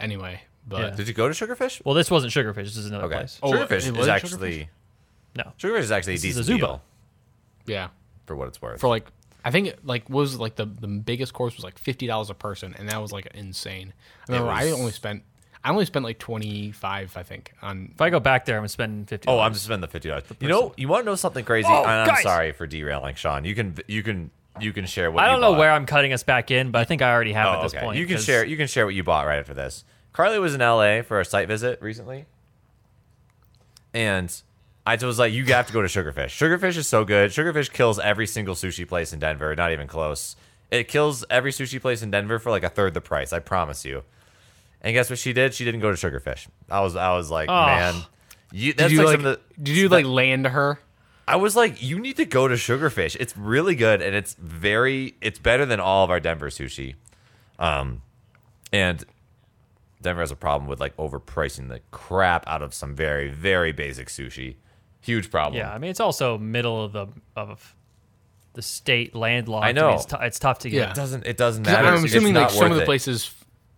Anyway, but Yeah. Did you go to Sugarfish? Well, this wasn't sugarfish. This is another Okay. place. Oh, it Sugarfish wasn't is Sugarfish? actually No. Sugarfish is actually a is a decent Zuba. deal yeah, for what it's worth. for like, I think like what was like the the biggest course was like fifty dollars a person, and that was like insane. I remember I was- only spent. I only spent like twenty five, I think, on If I go back there, I'm gonna spend fifty. oh, I'm just spending the fifty dollars. You know, you want to know something crazy? Oh, and I'm guys! sorry for derailing, Sean. You can you can you can share what I you don't know bought. Oh, where I'm cutting us back in, but I think I already have at this point. You can 'cause- share. You can share what you bought right after this. Carly was in LA for a site visit recently, and I was like, "You have to go to Sugarfish. Sugarfish is so good. Sugarfish kills every single sushi place in Denver. Not even close. It kills every sushi place in Denver for like a third the price. I promise you." And guess what she did? She didn't go to Sugarfish. I was, I was like, Oh. man, you, that's did you like, like, some of the. did you like land her? I was like, you need to go to Sugarfish. It's really good and it's very it's better than all of our Denver sushi. Um and Denver has a problem with like overpricing the crap out of some very, very basic sushi. Huge problem. Yeah, I mean, it's also middle of the of the state landlocked. I know. mean, it's, tou- it's tough to get. It Yeah. doesn't it doesn't matter. I'm It's assuming not like some of worth the it. places,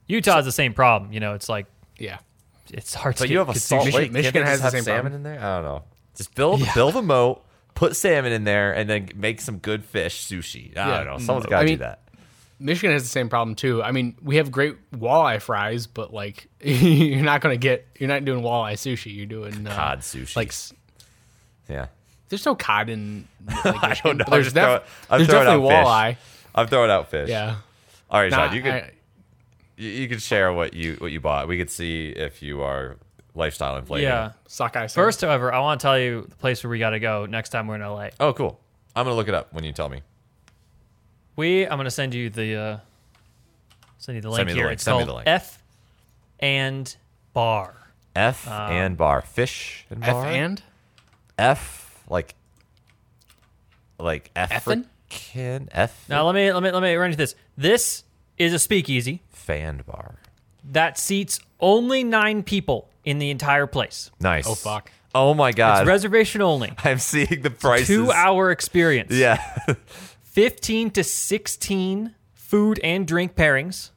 Utah's the same problem. You know, it's like yeah. it's hard to. But you have a get salt sushi. lake. Michigan, Michigan has has the have same salmon problem. in there. I don't know. Just build build a moat, put salmon in there, and then make some good fish sushi. I Yeah. Mm. don't know. Someone's gotta I do mean, that. Michigan has the same problem too. I mean, we have great walleye fries, but like [laughs] you're not gonna get you're not doing walleye sushi. You're doing uh, Cod sushi. Like s- Yeah. there's no cod in. Like, I don't know. I'm There's, just throwing- I'm there's throwing definitely out walleye. fish. I'm throwing out fish. [laughs] Yeah. All right, Nah, John, you could I- you, you could share what you what you bought. We could see if you are lifestyle inflating. Yeah. sockeye. salmon. First, however, I want to tell you the place where we got to go next time we're in LA. Oh, cool. I'm gonna look it up when you tell me. We, I'm gonna send you the uh, send you the link Send me the here. link, It's send me called the link. F and Bar. F and bar fish and Uh, F bar and F like like Effin'? African F Now let me let me let me run you this. This is a speakeasy fan bar. that seats only nine people in the entire place. Nice. Oh, fuck. Oh my god. It's reservation only. [laughs] I'm seeing the prices. Two hour experience. Yeah. [laughs] 15 to 16 food and drink pairings.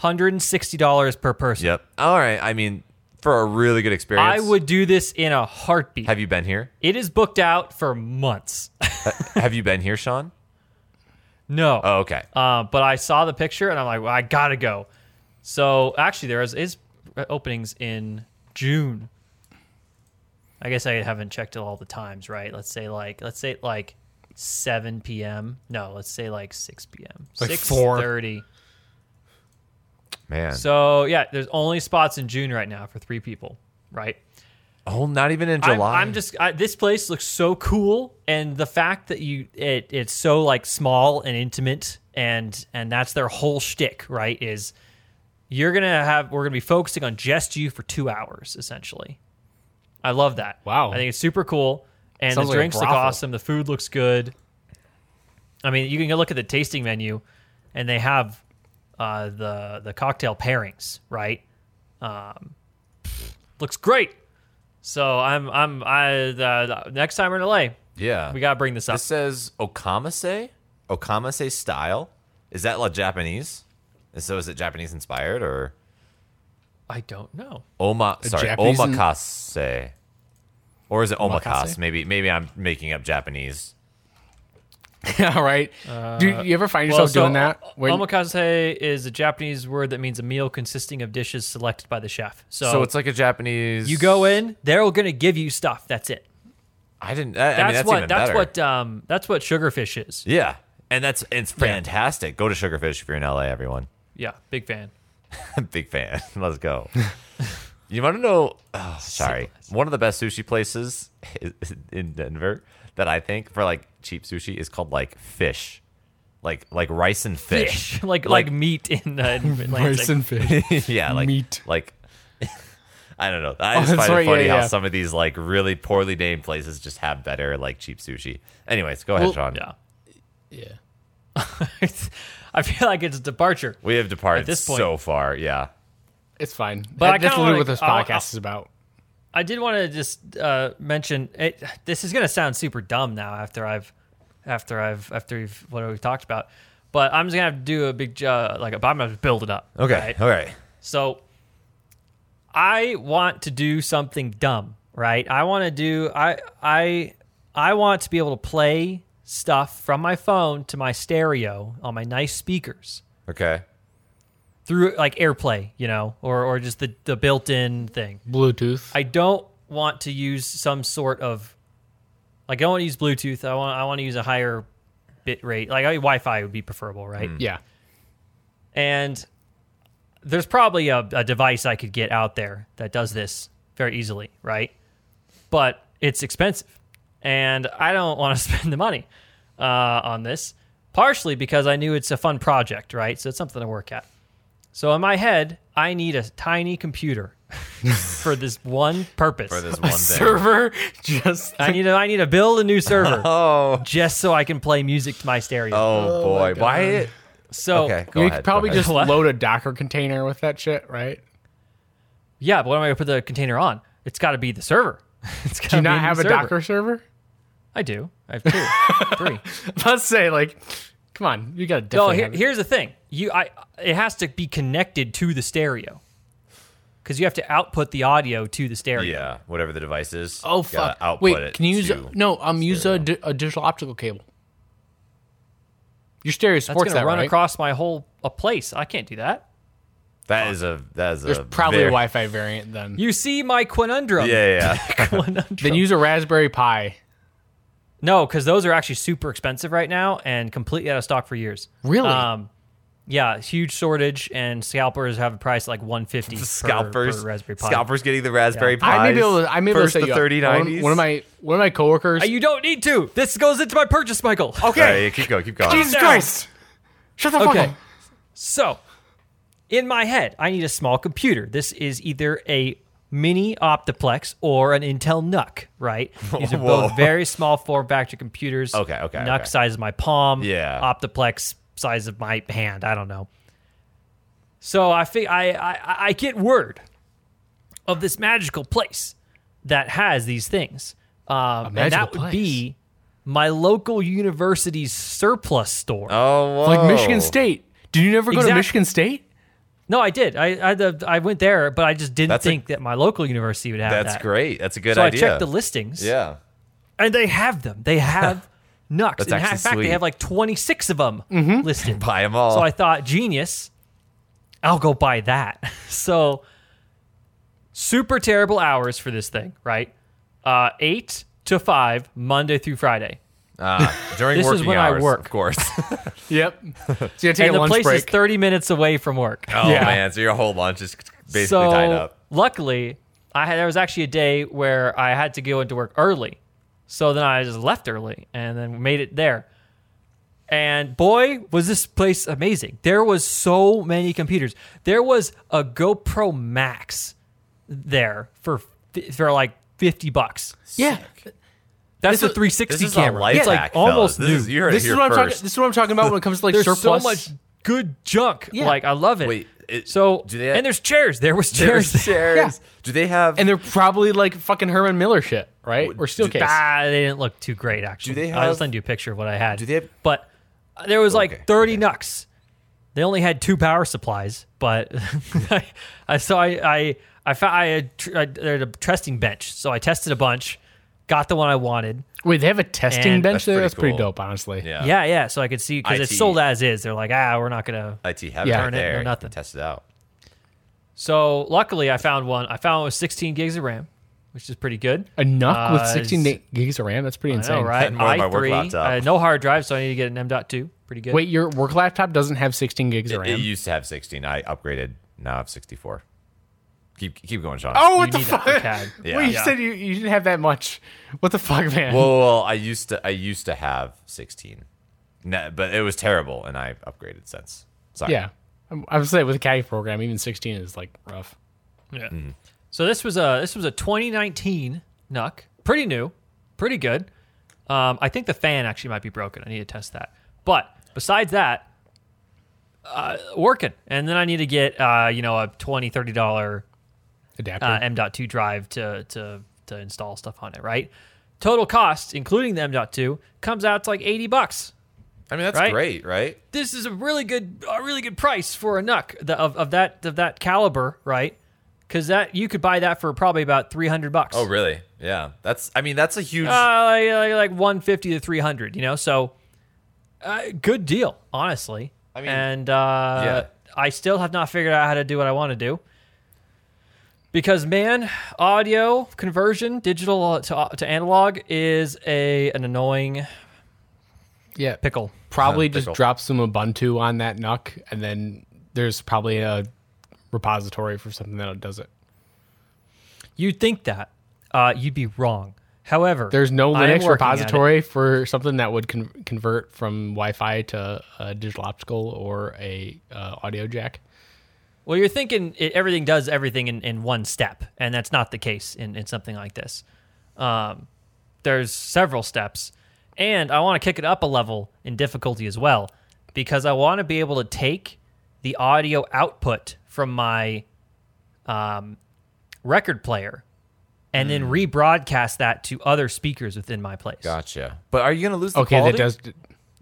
$160 per person. yep. All right. I mean, for a really good I experience. would do this in a heartbeat. Have you been here? it is booked out for months. [laughs] Uh, Have you been here, Sean? no. Oh, okay. Uh, but I saw the picture and I'm like, well, I gotta go. So actually, there is, is openings in June. I guess I haven't checked all the times, right? Let's say like let's say like 7 p.m. No, let's say like 6 p.m. Like Six four. thirty. Man. So yeah, there's only spots in June right now for three people, right? oh, not even in I'm, July. I'm just I, this place looks so cool, and the fact that you it it's so like small and intimate, and and that's their whole shtick, right? Is you're gonna have we're gonna be focusing on just you for two hours essentially. I love that. Wow. I think it's super cool, and Sounds the like a drinks look brothel. awesome. The food looks good. I mean, you can go look at the tasting menu, and they have uh, the the cocktail pairings, right? Um, looks great. So I'm I'm I uh, next time we're in LA, yeah. we gotta bring this up. This says okamase, okamase style. Is that like Japanese? And So is it Japanese inspired or I don't know. oma? Sorry, Japanese in- omakase, or is it omakase? Omakase? Maybe maybe I'm making up Japanese. [laughs] all right. Do you ever find Well, yourself so doing that? When, omakase is a Japanese word that means a meal consisting of dishes selected by the chef. So, So, it's like a Japanese. you go in, they're gonna give you stuff. That's it. I didn't. I, That's, I mean, that's what even that's better. what um that's what sugarfish is. Yeah, and that's it's fantastic. Go to Sugarfish if you're in LA, everyone. Yeah, big fan. Big fan. [laughs] Let's go. you want to know? [sighs] Oh, sorry. One of the best sushi places [laughs] i- in Denver that I think for like cheap sushi is called like fish, like like rice and fish, [laughs] like, like [laughs] Like- [laughs] meat in uh, in Atlantic. [laughs] rice and fish. yeah, like Meat. Like I don't know. I Oh, just that's find right, it funny yeah, how yeah. some of these like really poorly named places just have better like cheap sushi. Anyways, go ahead, Well, Sean. Yeah. Yeah. I feel like it's a departure. We have departed At this point- so far. Yeah. It's fine. But I That- that's kinda literally wanna- what this I'll- podcast I'll- is about. I did want to just uh, mention it, this is going to sound super dumb now after I've after I've after we've what we've talked about, but I'm just gonna have to do a big uh, like but I'm gonna build it up. Okay. right? All right. So I want to do something dumb, right? I want to do I I I want to be able to play stuff from my phone to my stereo on my nice speakers Okay. through like AirPlay, you know, or or just the the built-in thing. Bluetooth. I don't want to use some sort of like I don't want to use Bluetooth. I want I want to use a higher bit rate. Like I, Wi-Fi would be preferable, right? [laughs] yeah. And there's probably a, a device I could get out there that does this very easily, right? But it's expensive, and I don't want to [laughs] spend the money uh, on this. Partially because I knew it's a fun project, right? So it's something to work at. So in my head, I need a tiny computer [laughs] for this one purpose. For this one thing. Server [laughs] just I need to I need to build a new server [laughs] Oh. just so I can play music to my stereo. Oh boy. Why? so Okay. Go you ahead. could probably go ahead. just What? load a Docker container with that shit, right? yeah, but what am I gonna put the container on? It's got to be the server. [laughs] It's Do gotta you be not the have a server. Docker server? [laughs] I do. I have two, three. Let's say like, come on, you got to No, definitely. here, have it. here's the thing. You, I, it has to be connected to the stereo because you have to output the audio to the stereo. Yeah. Whatever the device is. Oh Gotta fuck! Output Wait, it can you use to- no? Um, use a, di- a digital optical cable. Your stereo That's supports gonna that, run right? across my whole a place. I can't do that. That is a. That is There's a. probably a very- Wi-Fi variant then. You see my quinundrum? [laughs] [laughs] Yeah. [laughs] Yeah. yeah. Quinundrum. then use a Raspberry Pi. No, because those are actually super expensive right now and completely out of stock for years. Really? Um, yeah, huge shortage, and scalpers have a price like one fifty. scalpers. per, per Raspberry Pi. Scalpers getting the Raspberry Pis. I may be able. To, I may be able to First set you the up. thirty One, nineties. one of my one of my coworkers. Uh, You don't need to. This goes into my purchase, Michael. Okay. keep going. Keep going. Jesus down. Christ! Shut the fuck Okay. up. So, in my head, I need a small computer. This is either a mini Optiplex or an Intel NUC, [laughs] right? These are Whoa. both very small form factor computers. Okay, okay, NUC okay. size of my palm. Yeah. Optiplex size of my hand. I don't know. So I fig- I, I I get word of this magical place that has these things, um, and magical that would be my local university's surplus store. Oh. Whoa. Like Michigan State. Did you never go to Exact- Michigan State? No, I did. I I, the, I went there, but I just didn't That's a- think that my local university would have That's that. great. That's a good So idea. I checked the listings, Yeah. and they have them. [laughs] They have Nux. That's In actually fact, sweet. Mm-hmm. they have like 26 of them listed. [laughs] Buy them all. So I thought, genius, I'll go buy that. [laughs] So super terrible hours for this thing, right? Uh, eight to five, Monday through Friday. [laughs] Ah, during This is working when I hours, work. of course. [laughs] Yep. So you take And a the lunch place is break. 30 minutes away from work. Oh Yeah. man, so your whole lunch is basically so, tied up. Luckily, I had there was actually a day where I had to go into work early. So then I just left early and then made it there. And boy, was this place amazing. There was so many computers. There was a GoPro Max there for fi- for like 50 bucks. yeah. That's the is- 360 This is a camera. life it's like hack, almost fellas. new. This is, you're This here is what I'm talking. first. [laughs] This is what I'm talking about when it comes to like there's surplus. so much good junk. Yeah. Like I love it. Wait, it- so do they have- and there's chairs. There was There's chairs. [laughs] chairs. Do they have? and they're probably like fucking Herman Miller shit, right? Or Steelcase. Ah, they didn't look too great actually. Do they I'll have- just send you a picture of what I had. do they have- But uh, there was like Okay, 30 NUCs. They only had two power supplies, but [laughs] I, I so I I I found I had tr- I, they had a testing bench, so I tested a bunch, got the one I wanted. Wait, they have a testing And- That's bench there. pretty That's pretty cool. dope, honestly. yeah. Yeah, yeah. So I could see because it's IT. sold as is. They're like, ah, we're not gonna It have Yeah. it right Turn it, no there. You can nothing. Test it out. So luckily, I found one. I found one with 16 gigs of RAM, which is pretty good. A NUC with Uh, 16 it's- gigs of RAM. That's pretty I know, insane. right? And more of my work i3, laptop. uh, no hard drive, so I need to get an M.2. Pretty good. Wait, your work laptop doesn't have 16 gigs of It, RAM. it used to have 16. I upgraded. Now I have 64. Keep keep going, Sean. oh, what you the need [laughs] fuck? AutoCAD. Yeah. Well, you Yeah. said you, you didn't have that much. What the fuck, man? [laughs] Well, well, I used to I used to have 16, no, but it was terrible, and I upgraded since. Sorry. yeah, I'm, I would say with a CAD program, even 16 is like rough. Yeah. So this was a this was a 2019 NUC, pretty new, pretty good. Um, I think the fan actually might be broken. I need to test that. But besides that, uh, working. And then I need to get uh, you know a 20 30 dollar Adapter. uh, M.2 drive to to to install stuff on it. Right. Total cost, including the M.2, comes out to like 80 bucks. I mean, that's Right? great, right? This is a really good a really good price for a NUC the, of of that of that caliber, right? Because that you could buy that for probably about 300 bucks. Oh, really? Yeah. That's. I mean, that's a huge. Ah. uh, like, like, like 150 to 300 you know so uh, good deal honestly I mean, and uh, yeah. i still have not figured out how to do what i want to do because man audio conversion digital to, to analog is a an annoying yeah. pickle probably Uh, just pickle. drop some Ubuntu on that NUC, and then there's probably a repository for something that does it. you'd think that uh, you'd be wrong however There's no I am Linux working at it. repository for something that would con- convert from Wi-Fi to a digital optical or a uh, audio jack. Well, you're thinking it, everything does everything in, in one step, and that's not the case in, in something like this. Um, there's several steps, and I want to kick it up a level in difficulty as well, because I want to be able to take the audio output from my um, record player and then Hmm. rebroadcast that to other speakers within my place. gotcha. But are you going to lose the Okay, quality? that does.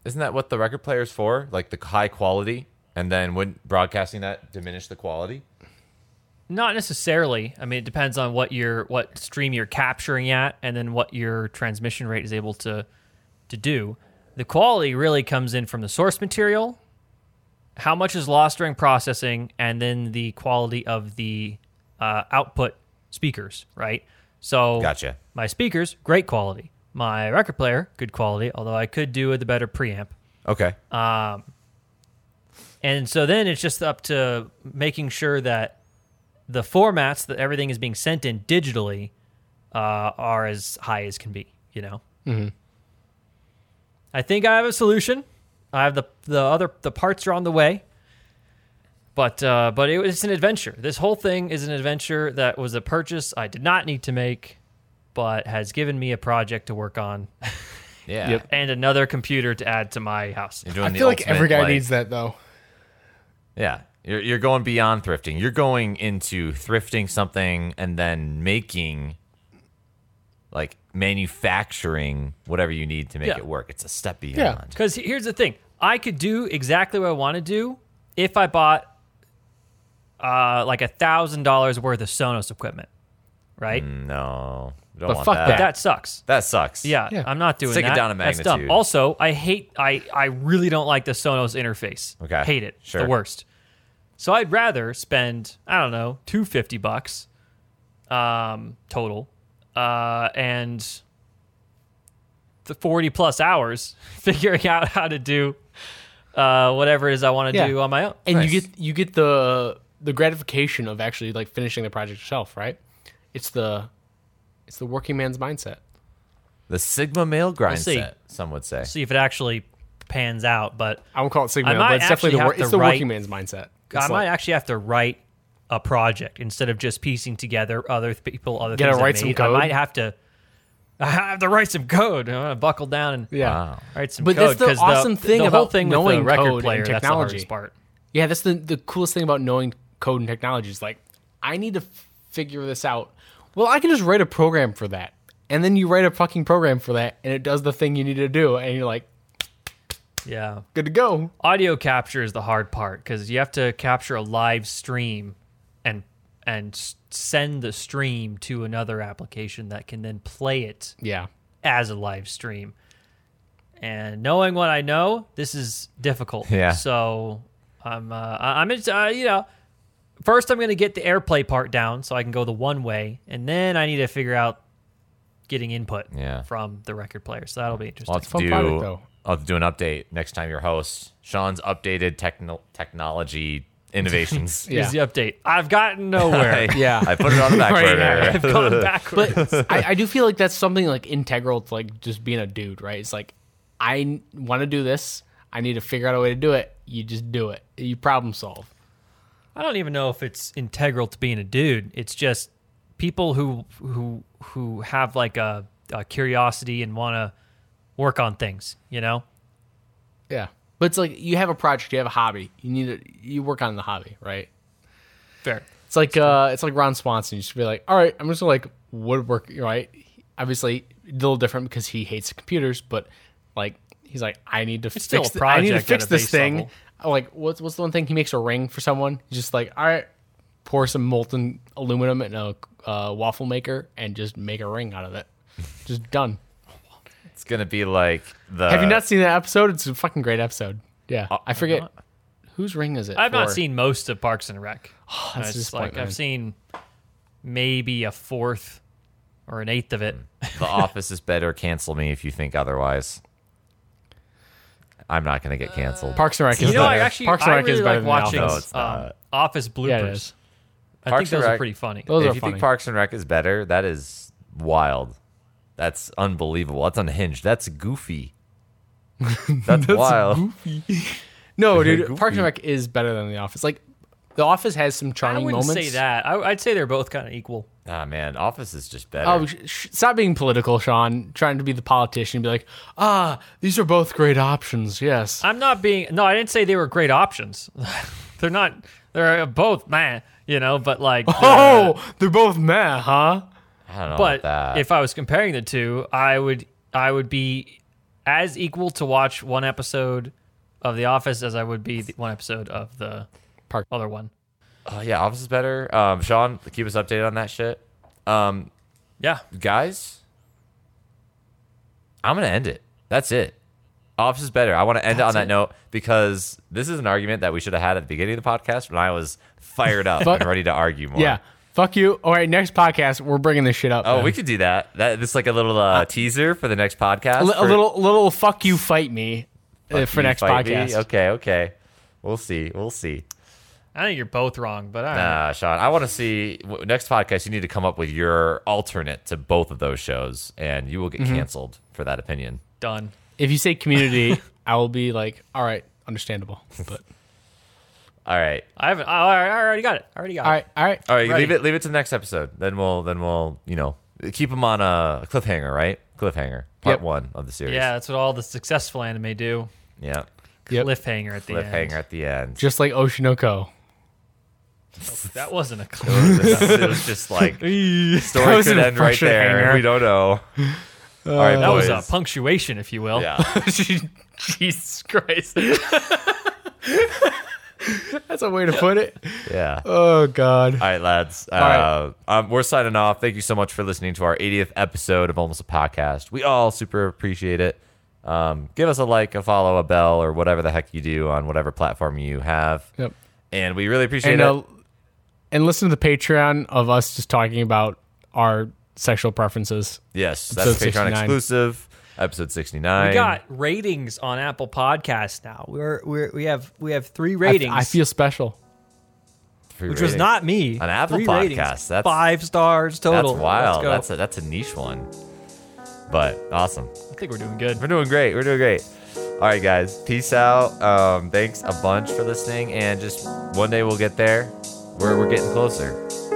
Isn't that what the record player is for? Like the high quality, and then would broadcasting that diminish the quality? Not necessarily. I mean, it depends on what your what stream you're capturing at, and then what your transmission rate is able to to do. The quality really comes in from the source material, how much is lost during processing, and then the quality of the uh, output speakers. Right. So Gotcha. My speakers, great quality. My record player, good quality. Although I could do with a better preamp. Okay. Uh, And so then it's just up to making sure that the formats that everything is being sent in digitally uh, are as high as can be, you know? Mm-hmm. I think I have a solution. I have the, the other, the parts are on the way. But, uh, but it was an adventure. This whole thing is an adventure that was a purchase I did not need to make, but has given me a project to work on Yeah. Yep. and another computer to add to my house. You're doing I the feel like every ultimate, guy like- needs that though. Yeah. You're, you're going beyond thrifting. You're going into thrifting something and then making, like, manufacturing whatever you need to make Yeah. it work. It's a step beyond. Because here's the thing: I could do exactly what I want to do if I bought uh, like a thousand dollars worth of Sonos equipment, right? Mm. No. Don't But want fuck that. that. That sucks. That sucks. Yeah, Yeah. I'm not doing Stick it that. down to That's dumb. magnitude. Also, I hate. I I really don't like the Sonos interface. Okay. hate it. It's Sure. The worst. So I'd rather spend I don't know two fifty bucks, um, total, uh, and the forty plus hours [laughs] figuring out how to do uh, whatever it is I want to Yeah. do on my own. and you Nice. get you get the the gratification of actually like finishing the project yourself, right? It's the it's the working man's mindset. The Sigma male grind see. set, some would say. See if it actually pans out, but I would call it Sigma, I might but it's definitely actually the, wor- have to it's the working write- man's mindset. I It's might like, actually have to write a project instead of just piecing together other th- people, other Gotta things. I write some made. code. I might have to. [laughs] I have to write some code. I'm gonna buckle down and yeah, Wow. write some But code. that's the 'cause awesome the thing whole about thing with the knowing record code and player. That's the technology. hardest part. yeah. That's the the coolest thing about knowing code and technology is like I need to f- figure this out. Well, I can just write a program for that, and then you write a fucking program for that, and it does the thing you need to do, and you're like Yeah, good to go. audio capture is the hard part because you have to capture a live stream and and s- send the stream to another application that can then play it Yeah, as a live stream. And knowing what I know, this is difficult. Yeah. So I'm, uh, I- I'm, just, uh, you know, first I'm going to get the AirPlay part down so I can go the one way, and then I need to figure out getting input Yeah. from the record player. So that'll be interesting. I'll have to fun do. product, though. I'll have to do an update next time your host Sean's updated techno- technology innovations. [laughs] [laughs] Yeah. Here's the update. I've gotten nowhere. I, Yeah. I put it on the back [laughs] Right. [laughs] burner. [laughs] I've gone backwards. I, I do feel like that's something like integral to like just being a dude, right? It's like I want to do this. I need to figure out a way to do it. You just do it. You problem solve. I don't even know if it's integral to being a dude. It's just people who who who have like a, a curiosity and want to work on things, you know? Yeah. But it's like you have a project, you have a hobby. You need to you work on the hobby, right? Fair. It's like uh it's like Ron Swanson. You should be like, all right, I'm just gonna like woodwork right? Obviously a little different because he hates computers, but like he's like, I need to fix still a th- I need to project at fix a this base thing. level. Like what's what's the one thing he makes a ring for someone? He's just like, all right, pour some molten aluminum in a uh, waffle maker and just make a ring out of it. Just [laughs] done. It's gonna be like the. Have you not seen that episode? It's a fucking great episode. Yeah, I forget whose ring is it. Uh, I've not for? seen most of Parks and Rec. Oh, that's a it's like disappointment. I've seen maybe a fourth or an eighth of it. Mm. The Office is better. Cancel me if you think otherwise. I'm not gonna get canceled. Parks and Rec. is you know, I better. actually Parks and I Rec really is like better than watching No, Office. it's um, not. Office bloopers. uh, Yeah, it is. I think Parks and those are Rec- pretty funny. Those if are you funny. think Parks and Rec is better, that is wild. That's unbelievable. That's unhinged. That's goofy. That's, wild. no, dude, goofy. Parks and Rec is better than The Office. Like, The Office has some I charming wouldn't moments. say that. I, I'd say they're both kind of equal. Ah man, Office is just better. Oh, sh- sh- stop being political, Sean. Trying to be the politician and be like, ah, these are both great options. Yes. I'm not being no. I didn't say they were great options. [laughs] they're not. They're both man. You know, but like. oh, they're both meh, huh? I don't know about but that. if I was comparing the two, I would I would be as equal to watch one episode of The Office as I would be the one episode of the Park- other one. Oh, yeah, Office is better. Um, Sean, keep us updated on that shit. Um, Yeah, guys, I'm gonna end it. That's it. Office is better. I want to end it on that note because this is an argument that we should have had at the beginning of the podcast when I was fired up Fuck. and ready to argue more. Yeah. Fuck you. All right, next podcast, we're bringing this shit up. Oh, man. we could do that. That this is like a little uh, teaser for the next podcast. a, li- a for- little, little fuck you, fight me uh, Fuck for you, next fight me. podcast. Okay, okay. We'll see. We'll see. I think you're both wrong, but all right. Nah, Sean, I want to see w- next podcast. You need to come up with your alternate to both of those shows, and you will get Mm-hmm. canceled for that opinion. done. If you say community, [laughs] I will be like, all right, [laughs] understandable. But All right, I haven't. oh, I, I already got it. I already got all it. right, all right. all right. Ready. Leave it. Leave it to the next episode. Then we'll. Then we'll. You know, keep them on a cliffhanger, right? Cliffhanger, part Yep. one of the series. Yeah, that's what all the successful anime do. Yeah. Yep. Cliffhanger at the Cliffhanger end. at the end. [laughs] Just like Oshinoko. That wasn't a cliff. it, was, it was just [laughs] like That story was could an end right impression there. hanger. [laughs] We don't know. all right, That was boys. a punctuation, if you will. [laughs] yeah. [laughs] Jesus Christ. That's a way to put it. Yeah. Oh, God. All right, lads. right. Uh, um, we're signing off. Thank you so much for listening to our 80th episode of Almost a Podcast. We all super appreciate it. Um, give us a like, a follow, a bell, or whatever the heck you do on whatever platform you have. Yep. And we really appreciate And, it. uh, and listen to the Patreon of us just talking about our sexual preferences. yes, that's episode Patreon 69. exclusive. Episode 69. We got ratings on Apple Podcasts now. We're, we're we have we have three I f- ratings. I, feel special. Free which was ratings. not me. An Apple Three ratings, podcast. That's- five stars total. That's Let's wild. go. That's a, that's a niche one. But awesome. I think we're doing good. We're doing great. We're doing great. All right, guys. Peace out. Um, thanks a bunch for listening. And just one day we'll get there. We're, we're getting closer.